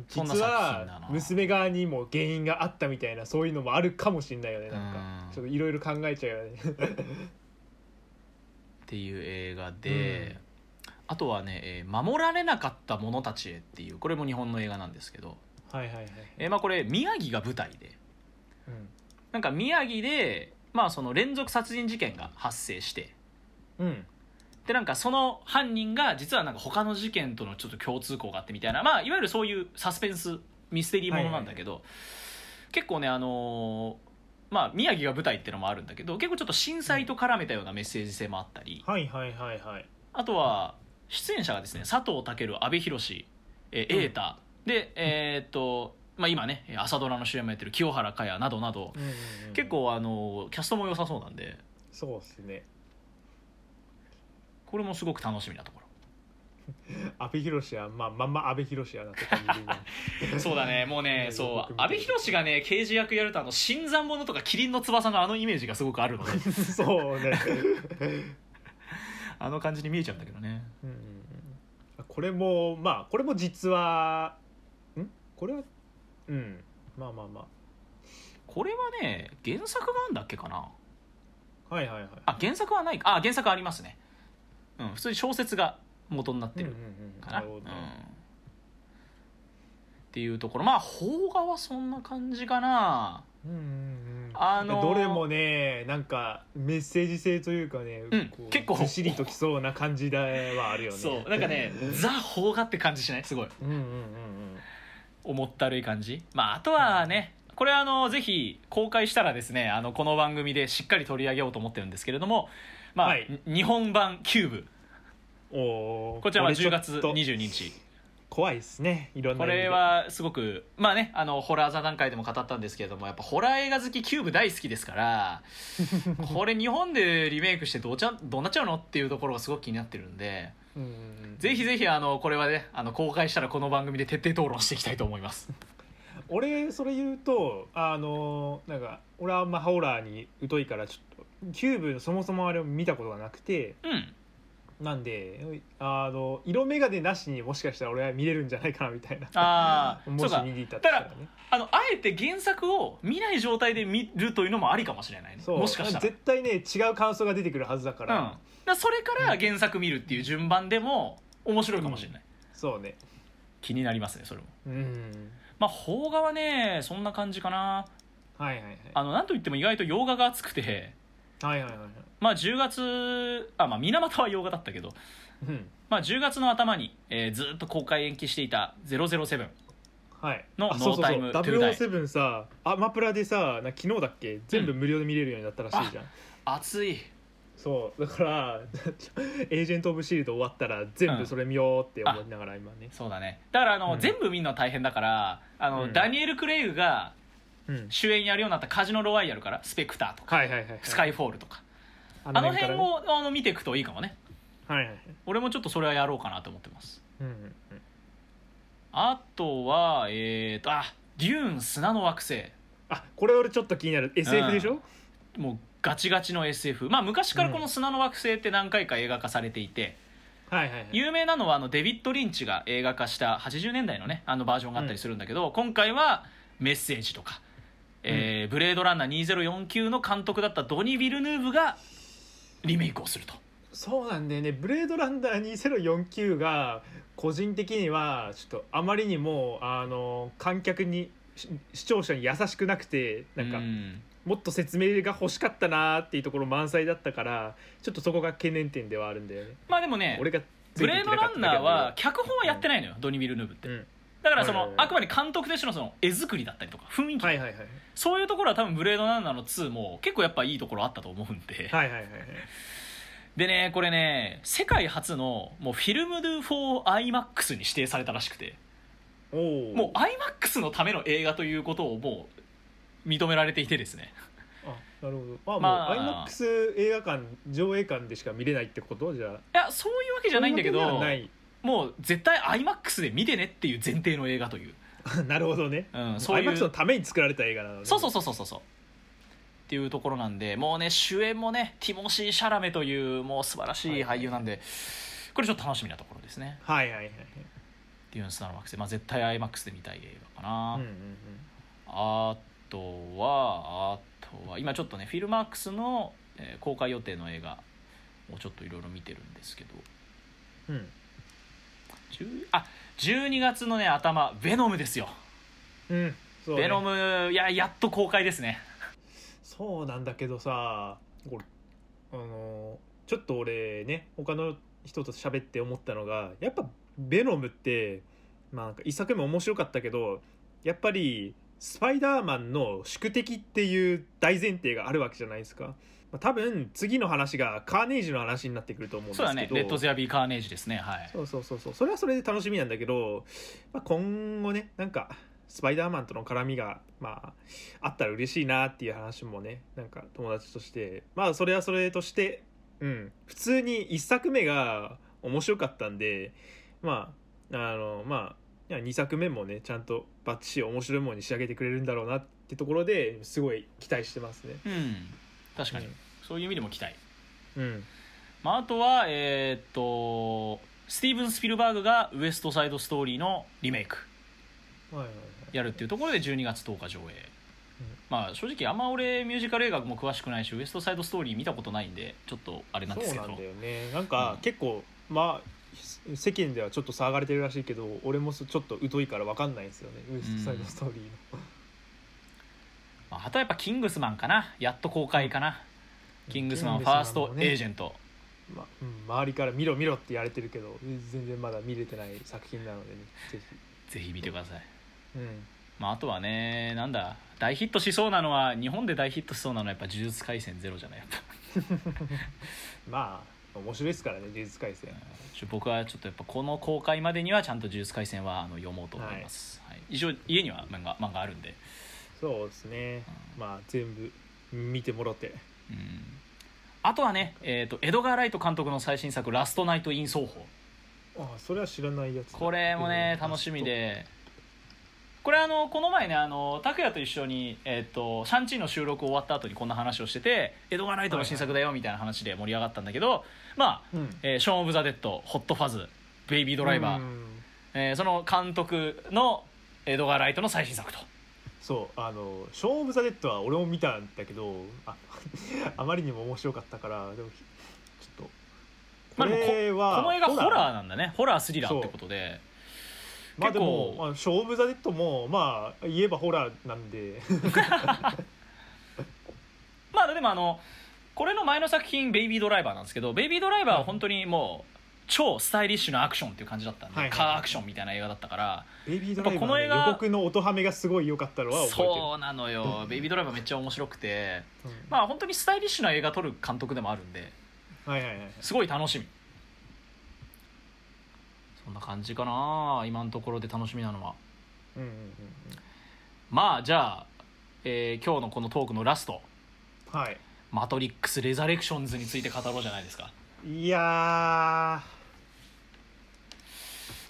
うそんな実作品だはな娘側にも原因があったみたいなそういうのもあるかもしんないよねなんうかんちょっといろいろ考えちゃうよねん、っていう映画で、あとはねえー「守られなかった者たちへ」っていうこれも日本の映画なんですけど、はい はいはい、えーまあ、これ宮城が舞台でなんか宮城で、まあ、その連続殺人事件が発生してうん、うん、でなんかその犯人が実はなんか他の事件とのちょっと共通項があってみたいな、まあ、いわゆるそういうサスペンスミステリーものなんだけど、結構ねあのーまあ、宮城が舞台ってのもあるんだけど結構ちょっと震災と絡めたようなメッセージ性もあったり、はいはいはいはいあとは出演者がですね佐藤健阿部寛えー瑛太、でえーっと、まあ、今ね朝ドラの主演もやってる清原果耶などなどうんうんうん結構あのーキャストも良さそうなんでそうっすねこれもすごく楽しみなところ。阿部寛はまあまんま阿部寛やなって感じでそうだ ねもうねねそう僕見て阿部寛がね刑事役やるとあの新参者とか麒麟の翼のあのイメージがすごくあるの でそ うねあの感じに見えちゃうんだけどねうんうんうんこれもまあこれも実はんこれはうんまあまあまこれはね原作があるんだっけかなあはいはいはいあ原作はないかあ原作ありますねうん普通に小説が元になってうんうんるうんかな,、るほうんどっていうところまあ邦画はそんな感じかなうんうんうんあのーどれもねなんかメッセージ性というかね、うんこう結構ずっしりときそうな感じではあるよ ねそうなんか ねザ邦画って感じしないすごいうんうんうんうん思ったるい感じまああとはね、これあのぜひ公開したらですねあのこの番組でしっかり取り上げようと思ってるんですけれどもまあ、はいに日本版キューブおーこちらは10ょっ月と22日怖いですねいろんこな意味でれはすごくまあねあのホラー座談会でも語ったんですけれどもやっぱホラー映画好きキューブ大好きですから これ日本でリメイクしてどうちゃんどうなっちゃうのっていうところがすごく気になってるんでうんうんうんぜひぜひあのこれはねあの公開したらこの番組で徹底討論していきたいと思います俺それ言うとあのなんか俺はあんまホラーに疎いからちょっとキューブそもそもあれを見たことがなくてうんなんであの色眼鏡なしにもしかしたら俺は見れるんじゃないかな みたいなああそもうしか見に行ったとしたらねあのあえて原作を見ない状態で見るというのもありかもしれないねそうもしかしたら,、うん、絶対ね違う感想が出てくるはずだだか、かららそれから原作見るっていう順番でも面白いかもしれない、そうね気になりますねそれもうんまあ邦画はねそんな感じかなはいはいはいあのなんといっても意外と洋画が熱くてはいはいはいはいまあ10月あまあ水俣は洋画だったけどうんまあ10月の頭に、えーずっと公開延期していた007はいのあそうそうそう No Time to Die 007さアマプラでさな昨日だっけ全部無料で見れるようになったらしいじゃん、熱いそうだから エージェント・オブ・シールド終わったら全部それ見ようって思いながら今ね、そうだねだからあの、うん全部見るのは大変だからあの、うんダニエル・クレイグがうん、主演やるようになったカジノロワイヤルからスペクターとかはいはいはいはいスカイフォールとかああの辺ねをあの見ていくといいかもねはいはいはい俺もちょっとそれはやろうかなと思ってますうんうんうんあとはえーとあデューン砂の惑星あこれ俺ちょっと気になる SF でしょ、もうガチガチの SF まあ昔からこの砂の惑星って何回か映画化されていて、はいはいはい有名なのはあのデビッド・リンチが映画化した80年代のねあのバージョンがあったりするんだけど、今回はメッセージとか、えーブレードランナー2049の監督だったドニー・ヴィルヌーブがリメイクをするとそうなんだよね「ブレードランダー2049」が個人的にはちょっとあまりにもあの観客にし視聴者に優しくなくてなんか、うんもっと説明が欲しかったなーっていうところ満載だったからちょっとそこが懸念点ではあるんだよね。まあでもね俺がつブいていレけードなかラったンだけナーだけどは脚本はやってないのよ、ドニー・ヴィルヌーブってうん、だからそはのいはいはいあくまで監督としてのその絵作りだったりとか雰囲気、はいはいはいそういうところは多分ブレードランナーの2も結構やっぱいいところあったと思うんで、はいはいはいはいでねこれね世界初のもうフィルムドゥ 4IMAX に指定されたらしくておーもう IMAX のための映画ということをもう認められていてですねあなるほどあ、まあもう IMAX 映画館上映館でしか見れないってことじゃあいやそういうわけじゃないんだけそういどうわではない もう絶対 IMAX で見てねっていう前提の映画という、なるほどねうん、そういう IMAX のために作られた映画なのねそうそうそうそうそうそうっっていうところなんでもうね主演もねティモシー・シャラメというもう素晴らしい俳優なんで、これちょっと楽しみなところですねはいはいはいデューン・スターの惑星、まあ、絶対 IMAX で見たい映画かな、はいうんうんあとはあとは今ちょっとねフィルマークスの、えー公開予定の映画をちょっといろいろ見てるんですけどうんうん10あ12月のね頭「ヴェノム」ですようんそうベねノムいややっと公開ですねそうなんだけどさこれあのちょっと俺ね他の人と喋って思ったのがやっぱ「ベノム」ってまあなんか一作目面白かったけどやっぱりスパイダーマンの宿敵っていう大前提があるわけじゃないですか、まあ、多分次の話がカーネージの話になってくると思うんですそけうどだねレッド・ゼア・ビー・カーネージですねはいそうそうそうそうそれはそれで楽しみなんだけど、まあ、今後ねなんかスパイダーマンとの絡みが、まあ、あったら嬉しいなっていう話もねなんか友達としてまあそれはそれとして、うん、普通に1作目が面白かったんでまああのまあ2作目もねちゃんとバッチリ面白いものに仕上げてくれるんだろうなってところですごい期待してますね。うん確かに、そういう意味でも期待、うん、まあ、あとはえーっとスティーブン・スピルバーグがウエスト・サイド・ストーリーのリメイクはいはいはいやるっていうところで12月10日上映、まあ正直あんま俺ミュージカル映画も詳しくないしウエスト・サイド・ストーリー見たことないんでちょっとあれなんですそうけなどんだよねなんかうん結構、まあ世間ではちょっと騒がれてるらしいけど俺もそちょっと疎いから分かんないんですよねウエストサイドストーリーの、まあ、あとはやっぱキングスマンかなやっと公開かな、キングスマンファーストエージェント、ント、まうん周りから見ろ見ろって言われてるけど全然まだ見れてない作品なのでねぜひぜひ見てくださいうんまあ、あとはねなんだ大ヒットしそうなのは日本で大ヒットしそうなのはやっぱ「呪術廻戦ゼロじゃないやっぱまあ面白いですからね呪術廻戦ちょ僕はちょっとやっぱこの公開までにはちゃんと「呪術廻戦はあの読もうと思います、はい一応家には漫画漫画あるんで、そうですねうまあ全部見てもろてうん、あとはね、えー、とエドガー・ライト監督の最新作「ラストナイト・イン・奏法ああそれは知らないやつ」だこれもねうん楽しみでこれあのこの前ねあの拓哉と一緒に、えー、とシャンチーの収録終わった後にこんな話をしててエドガー・ライトの新作だよみたいな話で盛り上がったんだけど、まあうんえーショーン・オブ・ザ・デッド、ホット・ファズ、ベイビー・ドライバー、うんえーその監督のエドガー・ライトの最新作と。そうあの「ショーン・オブ・ザ・デッド」は俺も見たんだけどあ あまりにも面白かったからでもちょっとまあでもここはの映画ホホラーラーなんだね。ホラースリラーってことで。まあでも結「構まあ、ショーン・オブ・ザ・デッドも」まあ言えばホラーなんでまあでもあの、これの前の作品、ベイビー・ドライバーなんですけど、ベイビー・ドライバーは本当にもう、超スタイリッシュなアクションっていう感じだったんで、はいはいカーアクションみたいな映画だったから、ベイビー・ドライバーの やっぱこの映画予告の音ハメがすごい良かったのは覚えてそうなのよ。ベイビー・ドライバーめっちゃ面白くて、る、うんまあ本当にスタイリッシュな映画撮る監督でもあるんで、はいはいはいすごい楽しみそんな感じかな今のところで楽しみなのはうんうんうんうんまあじゃあ、えー今日のこのトークのラストはい「マトリックス・レザレクションズ」について語ろうじゃないですかいや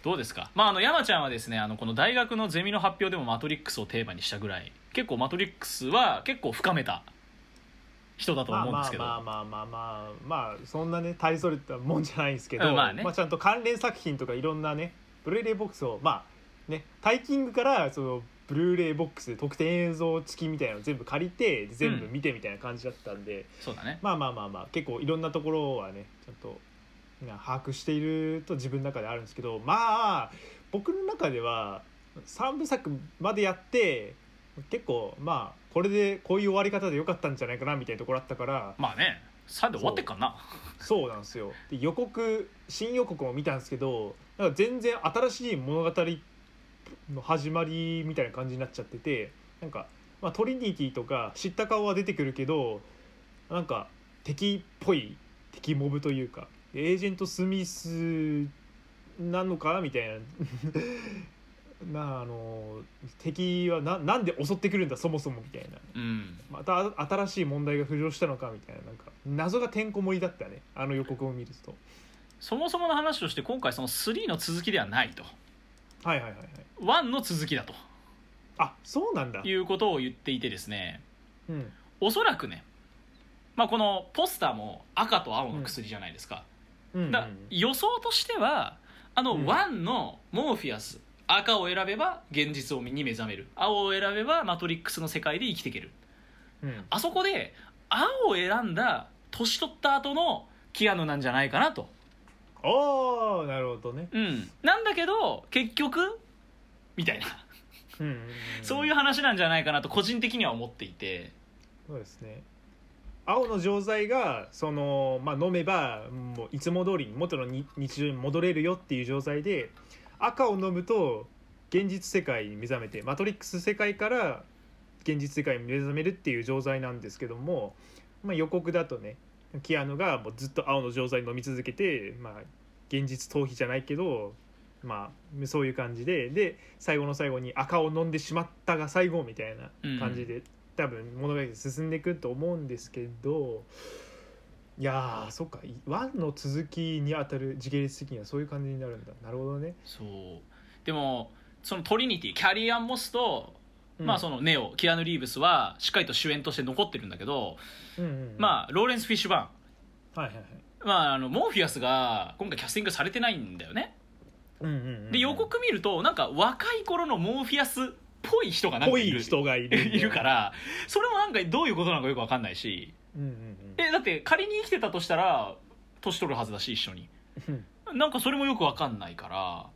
どうですかまああの山ちゃんはですねあのこの大学のゼミの発表でも「マトリックス」をテーマにしたぐらい結構「マトリックス」は結構深めた人だーとまあ思うんでますあけど、まあまあまあまあまあそんなね大それたもんじゃないんですけど、うんまあねちゃんと関連作品とかいろんなねブルーレイボックスをまあねタイキングからそのブルーレイボックスで特典映像付きみたいなのを全部借りて全部見てみたいな感じだったんで、そうだねまあまあまあまあ結構いろんなところはねちゃんとな把握していると自分の中であるんですけどまあ僕の中では3部作までやって結構まあこれでこういう終わり方で良かったんじゃないかなみたいなところあったからまあね3で終わってっかなそうなんですよで予告新予告も見たんですけどなんか全然新しい物語の始まりみたいな感じになっちゃっててなんか、まあ、トリニティとか知った顔は出てくるけどなんか敵っぽい敵モブというかエージェント・スミスなのかなみたいな なあの敵はななんで襲ってくるんだそもそもみたいなうんまた新しい問題が浮上したのかみたいななんか謎がてんこ盛りだったねあの予告を見るとそもそもの話として今回その3の続きではないとはいはいはいは1いの続きだとあそうなんだいうことを言っていてですねうんおそらくね、まあ、このポスターも赤と青の薬じゃないですか、うんうんだ予想としてはあのうん1のモーフィアス赤を選べば現実をに目覚める青を選べばマトリックスの世界で生きていけるうんあそこで青を選んだ年取った後のキアヌなんじゃないかなと、ああなるほどね、うん、なんだけど結局みたいな、うんうんんそういう話なんじゃないかなと個人的には思っていてそうですね青の錠剤がその、まあ、飲めばもういつも通りに元のに日常に戻れるよっていう錠剤で赤を飲むと現実世界に目覚めてマトリックス世界から現実世界に目覚めるっていう錠剤なんですけども、まあ、予告だとねキアヌがもうずっと青の錠剤飲み続けて、まあ、現実逃避じゃないけど、まあ、そういう感じでで最後の最後に赤を飲んでしまったが最後みたいな感じで、多分物語が進んでいくと思うんですけどいやーそっか1の続きにあたる時系列的にはそういう感じになるんだなるほどね。そうでもそのトリニティキャリー・アン・モスと、まあそのネオキアヌ・リーブスはしっかりと主演として残ってるんだけど、うん、うんうんまあローレンス・フィッシュバあはいはいはい。ーン、まあ、あのモーフィアスが今回キャスティングされてないんだよねうんうんうんうんで予告見るとなんか若い頃のモーフィアスっぽい人がなん濃かいいる人がいるんだよいるか。らそれもなんかどういうことなのかよくわかんないしうんうんえだって仮に生きてたとしたら年取るはずだし一緒にうん。なんかそれもよくわかんないから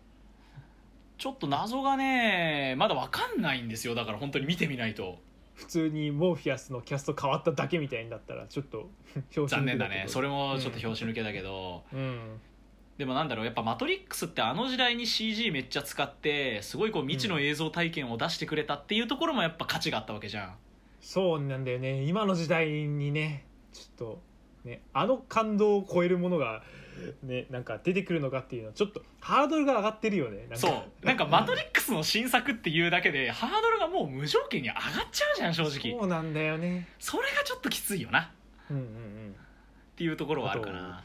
ちょっと謎がねまだわかんないんですよだから本当に見てみないと普通にモーフィアスのキャスト変わっただけみたいになったらちょっと表残念だねそれ。れもちょっと拍子抜けだけど、うん。でもなんだろうやっぱ「マトリックス」ってあの時代に CG めっちゃ使ってすごいこう未知の映像体験を出してくれたっていうところもやっぱ価値があったわけじゃんそうなんだよね今の時代にねちょっと、ね、あの感動を超えるものが、ね、なんか出てくるのかっていうのはちょっとハードルが上がってるよねなんかそうなんか「マトリックス」の新作っていうだけでハードルがもう無条件に上がっちゃうじゃん正直そうなんだよねそれがちょっときついよなうんうんうんっていうところはあるかな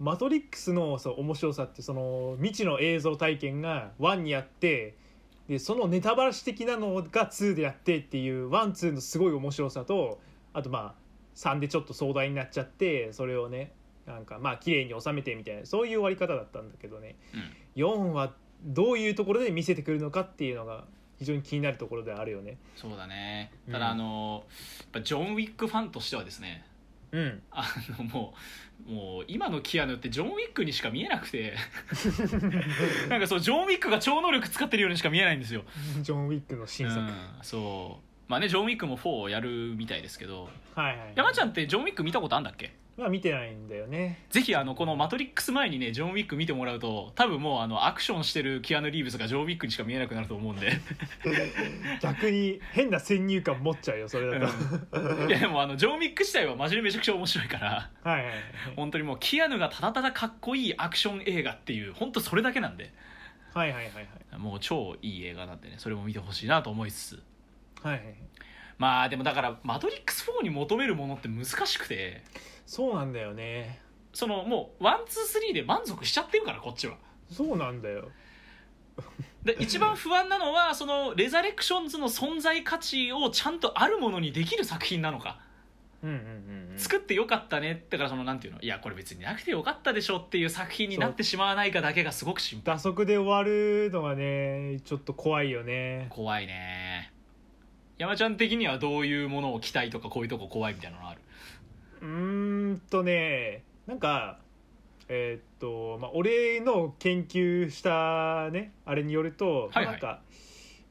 マトリックスのそう面白さってその未知の映像体験が1にあってでそのネタバラシ的なのが2でやってっていう12のすごい面白さとあとまあ3でちょっと壮大になっちゃってそれをねなんかまあ綺麗に収めてみたいなそういう終わり方だったんだけどねうん4はどういうところで見せてくるのかっていうのが非常に気になるところではあるよね。そうだねうんただあの、やっぱジョン・ウィックファンとしてはですねうん、あのもうもう今のキアヌってジョン・ウィックにしか見えなく てなんかそうジョン・ウィックが超能力使ってるようにしか見えないんですよ、 ジョン・ウィックの新作、うんそうまあねジョン・ウィックも4をやるみたいですけどはいはい山ちゃんってジョン・ウィック見たことあんだっけまあ見てないんだよねぜひあのこの「マトリックス」前にねジョン・ウィック見てもらうと多分もうあのアクションしてるキアヌ・リーブスがジョン・ウィックにしか見えなくなると思うんで 逆に変な先入観持っちゃうよそれだと、いやでもあのジョン・ウィック自体はマジでめちゃくちゃ面白いからはいはいはい本当にもうキアヌがただただかっこいいアクション映画っていう本当それだけなんではいはいはいはいもう超いい映画なんでねそれも見てほしいなと思いつつはいはいまあでもだから「マトリックス4」に求めるものって難しくてそうなんだよねそのもうワンツースリーで満足しちゃってるからこっちはそうなんだよで一番不安なのはそのレザレクションズの存在価値をちゃんとあるものにできる作品なのかうんうんうんうん作ってよかったねだからそのなんていうのいやこれ別になくてよかったでしょっていう作品になってしまわないかだけがすごく心配打足で終わるのがねちょっと怖いよね怖いね山ちゃん的にはどういうものを期待とかこういうとこ怖いみたいなのあるうーんとねなんかえーっと、まあ、俺の研究したねあれによると、はいはいなんか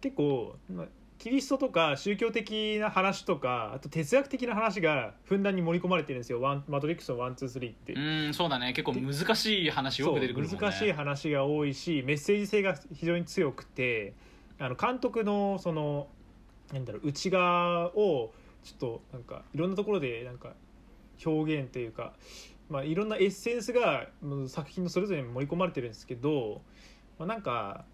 結構、まあキリストとか宗教的な話とかあと哲学的な話がふんだんに盛り込まれてるんですよ「ワンマトリックスのワンツースリーって。うんそうだね結構難しい話よく出てくるもんねそう難しい話が多いしメッセージ性が非常に強くてあの監督のそのなんだろう内側をちょっとなんかいろんなところでなんか表現というか、まあ、いろんなエッセンスがもう作品のそれぞれに盛り込まれてるんですけど、まあ、なんか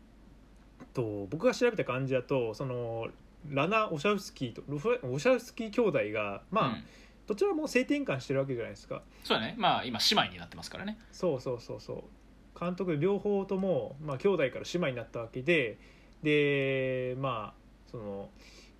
と僕が調べた感じだとそのラナ・オシャウスキーとロフオシャウスキー兄弟がまあ、うんどちらも性転換してるわけじゃないですか。そうだねまあ今姉妹になってますからねそうそうそうそう監督両方とも、まあ、兄弟から姉妹になったわけででまあその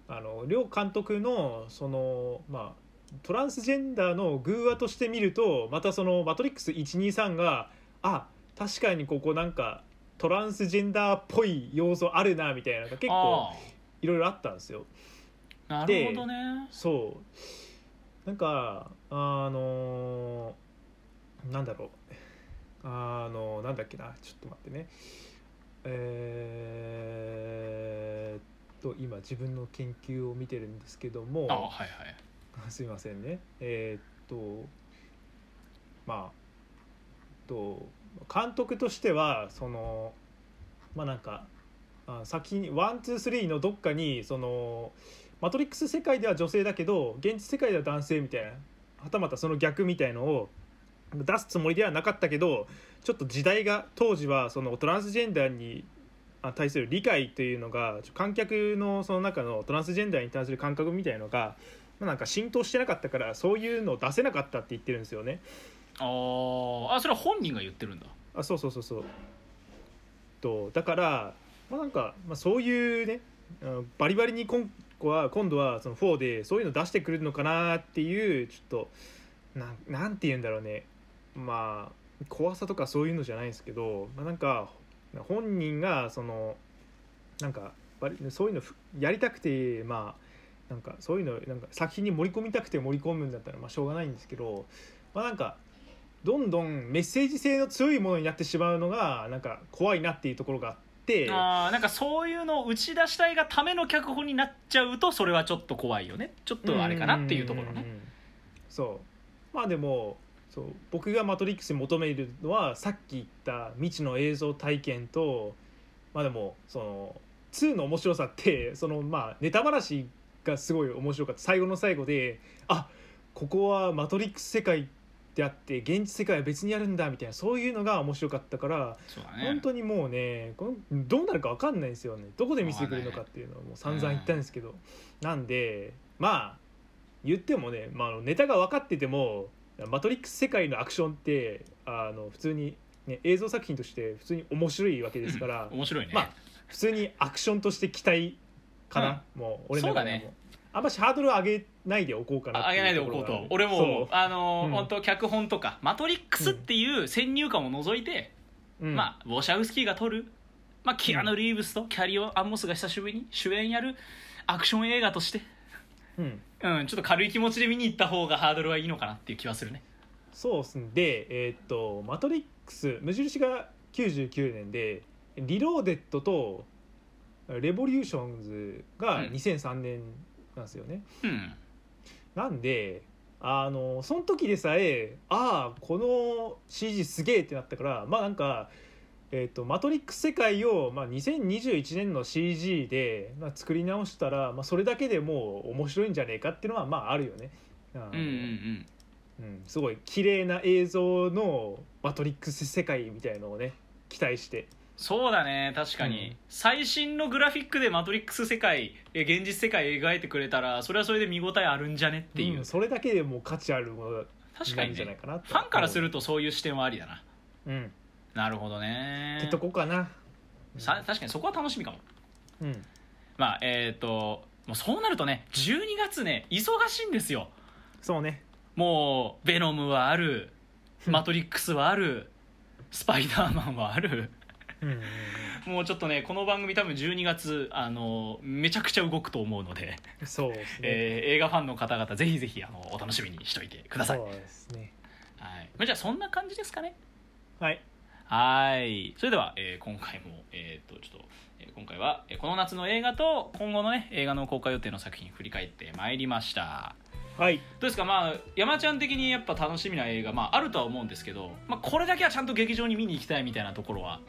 あの両監督のそのまあトランスジェンダーの偶話として見るとまたその「マトリックス123」があ確かにここなんかトランスジェンダーっぽい要素あるなみたいなのが結構あいろいろあったんですよ。あなるほどねそうなんかあのなんだろうあのなんだっけなちょっと待ってねえーっと今自分の研究を見てるんですけどもあはいはい すいませんねえーっとまあえっと監督としてはそのまあなんかあ先にワンツースリーのどっかにそのマトリックス世界では女性だけど現実世界では男性みたいなはたまたその逆みたいのを出すつもりではなかったけどちょっと時代が当時はそのトランスジェンダーにあ対する理解というのがちょ観客のその中のトランスジェンダーに対する感覚みたいのが、まあ、なんか浸透してなかったからそういうのを出せなかったって言ってるんですよね。あーあそれは本人が言ってるんだあそうそうそうそうとだから、まあ、なんか、まあ、そういうねあのバリバリに今後は今度はその4でそういうの出してくれるのかなっていうちょっとなんなんて言うんだろうねまあ怖さとかそういうのじゃないですけど、まあ、なんか本人がそのなんかバリそういうのふやりたくてまあなんかそういうのなんか作品に盛り込みたくて盛り込むんだったらまあしょうがないんですけど、まあ、なんかどんどんメッセージ性の強いものになってしまうのがなんか怖いなっていうところがあってあーなんかそういうのを打ち出したいがための脚本になっちゃうとそれはちょっと怖いよねちょっとあれかなっていうところんねんんそうまあでもそう僕が「マトリックス」に求めるのはさっき言った未知の映像体験とまあでもその2の面白さってそのまあネタ話がすごい面白かった最後の最後で あここは「マトリックス」世界であって現実世界は別にやるんだみたいなそういうのが面白かったからそうだ本ね当にもうねこのどうなるか分かんないんですよねどこで見せてくれるのかっていうのはもう散々言ったんですけど、なんでまあ言ってもね、まああの、ネタが分かってても「マトリックス」世界のアクションってあの普通に、ね、映像作品として普通に面白いわけですから面白いね、まあ普通にアクションとして期待かな、もう俺の中ではもそうだあんましハードル上げないでおこうかなああげないでおこうと俺もあのー、うん本当脚本とか「マトリックス」っていう先入観を除いて、う、うんまあウォシャウスキーが撮る、まあ、キアヌ・リーブスとキャリオン・アンモスが久しぶりに主演やるアクション映画として、うん、うん、ちょっと軽い気持ちで見に行った方がハードルはいいのかなっていう気はするねそうっすねでえーっと「マトリックス」無印が99年で「リローデッド」と「レボリューションズ」がうん2003年なんですよね、うんなんであのその時でさえああこの CG すげえってなったからまあなんか「えーっとマトリックス」世界を、まあ、2021年の CG で、まあ、作り直したら、まあ、それだけでもう面白いんじゃねえかっていうのはまああるよね。あうんうんのうんうん、すごい綺麗な映像の「マトリックス」世界みたいのをね期待してそうだね確かに、うん最新のグラフィックで「マトリックス」世界え現実世界描いてくれたらそれはそれで見応えあるんじゃねっていう、んそれだけでもう価値あるもの確かになにるんじゃないねかなファンからする、るとそういう視点はありだなうん、なるほどねってとこかな、さ確かにそこは楽しみかもうん、まあえっ、ともうそうなるとね12月ね忙しいんですよそ うねもうベノムはあるうんマトリックスはあるスパイダーマンはあるうんうんうんもうちょっとねこの番組多分12月あのめちゃくちゃ動くと思うので、そうですね、えー映画ファンの方々ぜひぜひあのお楽しみにしといてください、そはうですねいまあ、じゃあそんな感じですかねはいはいそれでは、えー今回も、えー、とちょっと、えー今回は、えーこの夏の映画と今後のね映画の公開予定の作品振り返ってまいりましたはいどうですかまあ山ちゃん的にやっぱ楽しみな映画、まあ、あるとは思うんですけど、まあ、これだけはちゃんと劇場に見に行きたいみたいなところは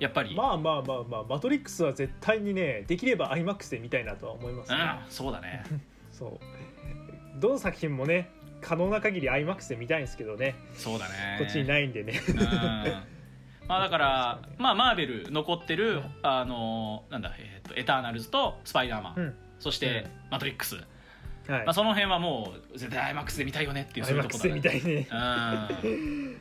やっぱり、まあまあまあまあ「マトリックス」は絶対にねできれば IMAX で見たいなとは思いますね、うんそうだねそうどの作品もね可能な限り IMAX で見たいんですけどねそうだね こっちにないんでね、うんまあだからそうですよね、まあ、マーベル残ってる、うんあのなんだ、えー、とエターナルズとスパイダーマン、うんそして、マトリックス、はいまあ、その辺はもう絶対 IMAX で見たいよねっていうそういうとこ IMAX だでね見たいねうん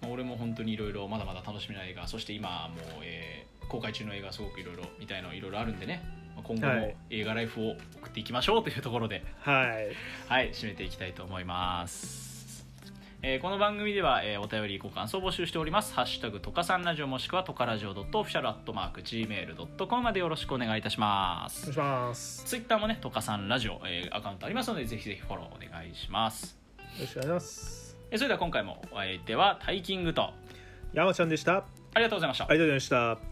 まあ俺も本当にいろいろまだまだ楽しみな映画そして今もう、えー公開中の映画すごくいろいろみたいのいろいろあるんでねま今後はもい映画ライフを送っていきましょうというところで、はいはい、締めていきたいと思います。えーこの番組では、えーお便りご感想を募集しております。ハッシュタグとかさんラジオもしくはとかラジオドットオフィシャルアットマーク gmail.com までよろしくお願いいたしまお願いす。しますツイッターもね、とかさんラジオ、えーアカウントありますので、ぜひぜひフォローお願いします。よろしくお願いしますえーそれでは今回もお相手はタイキングと、山ちゃんでしたあありがとうございました。りがとうございました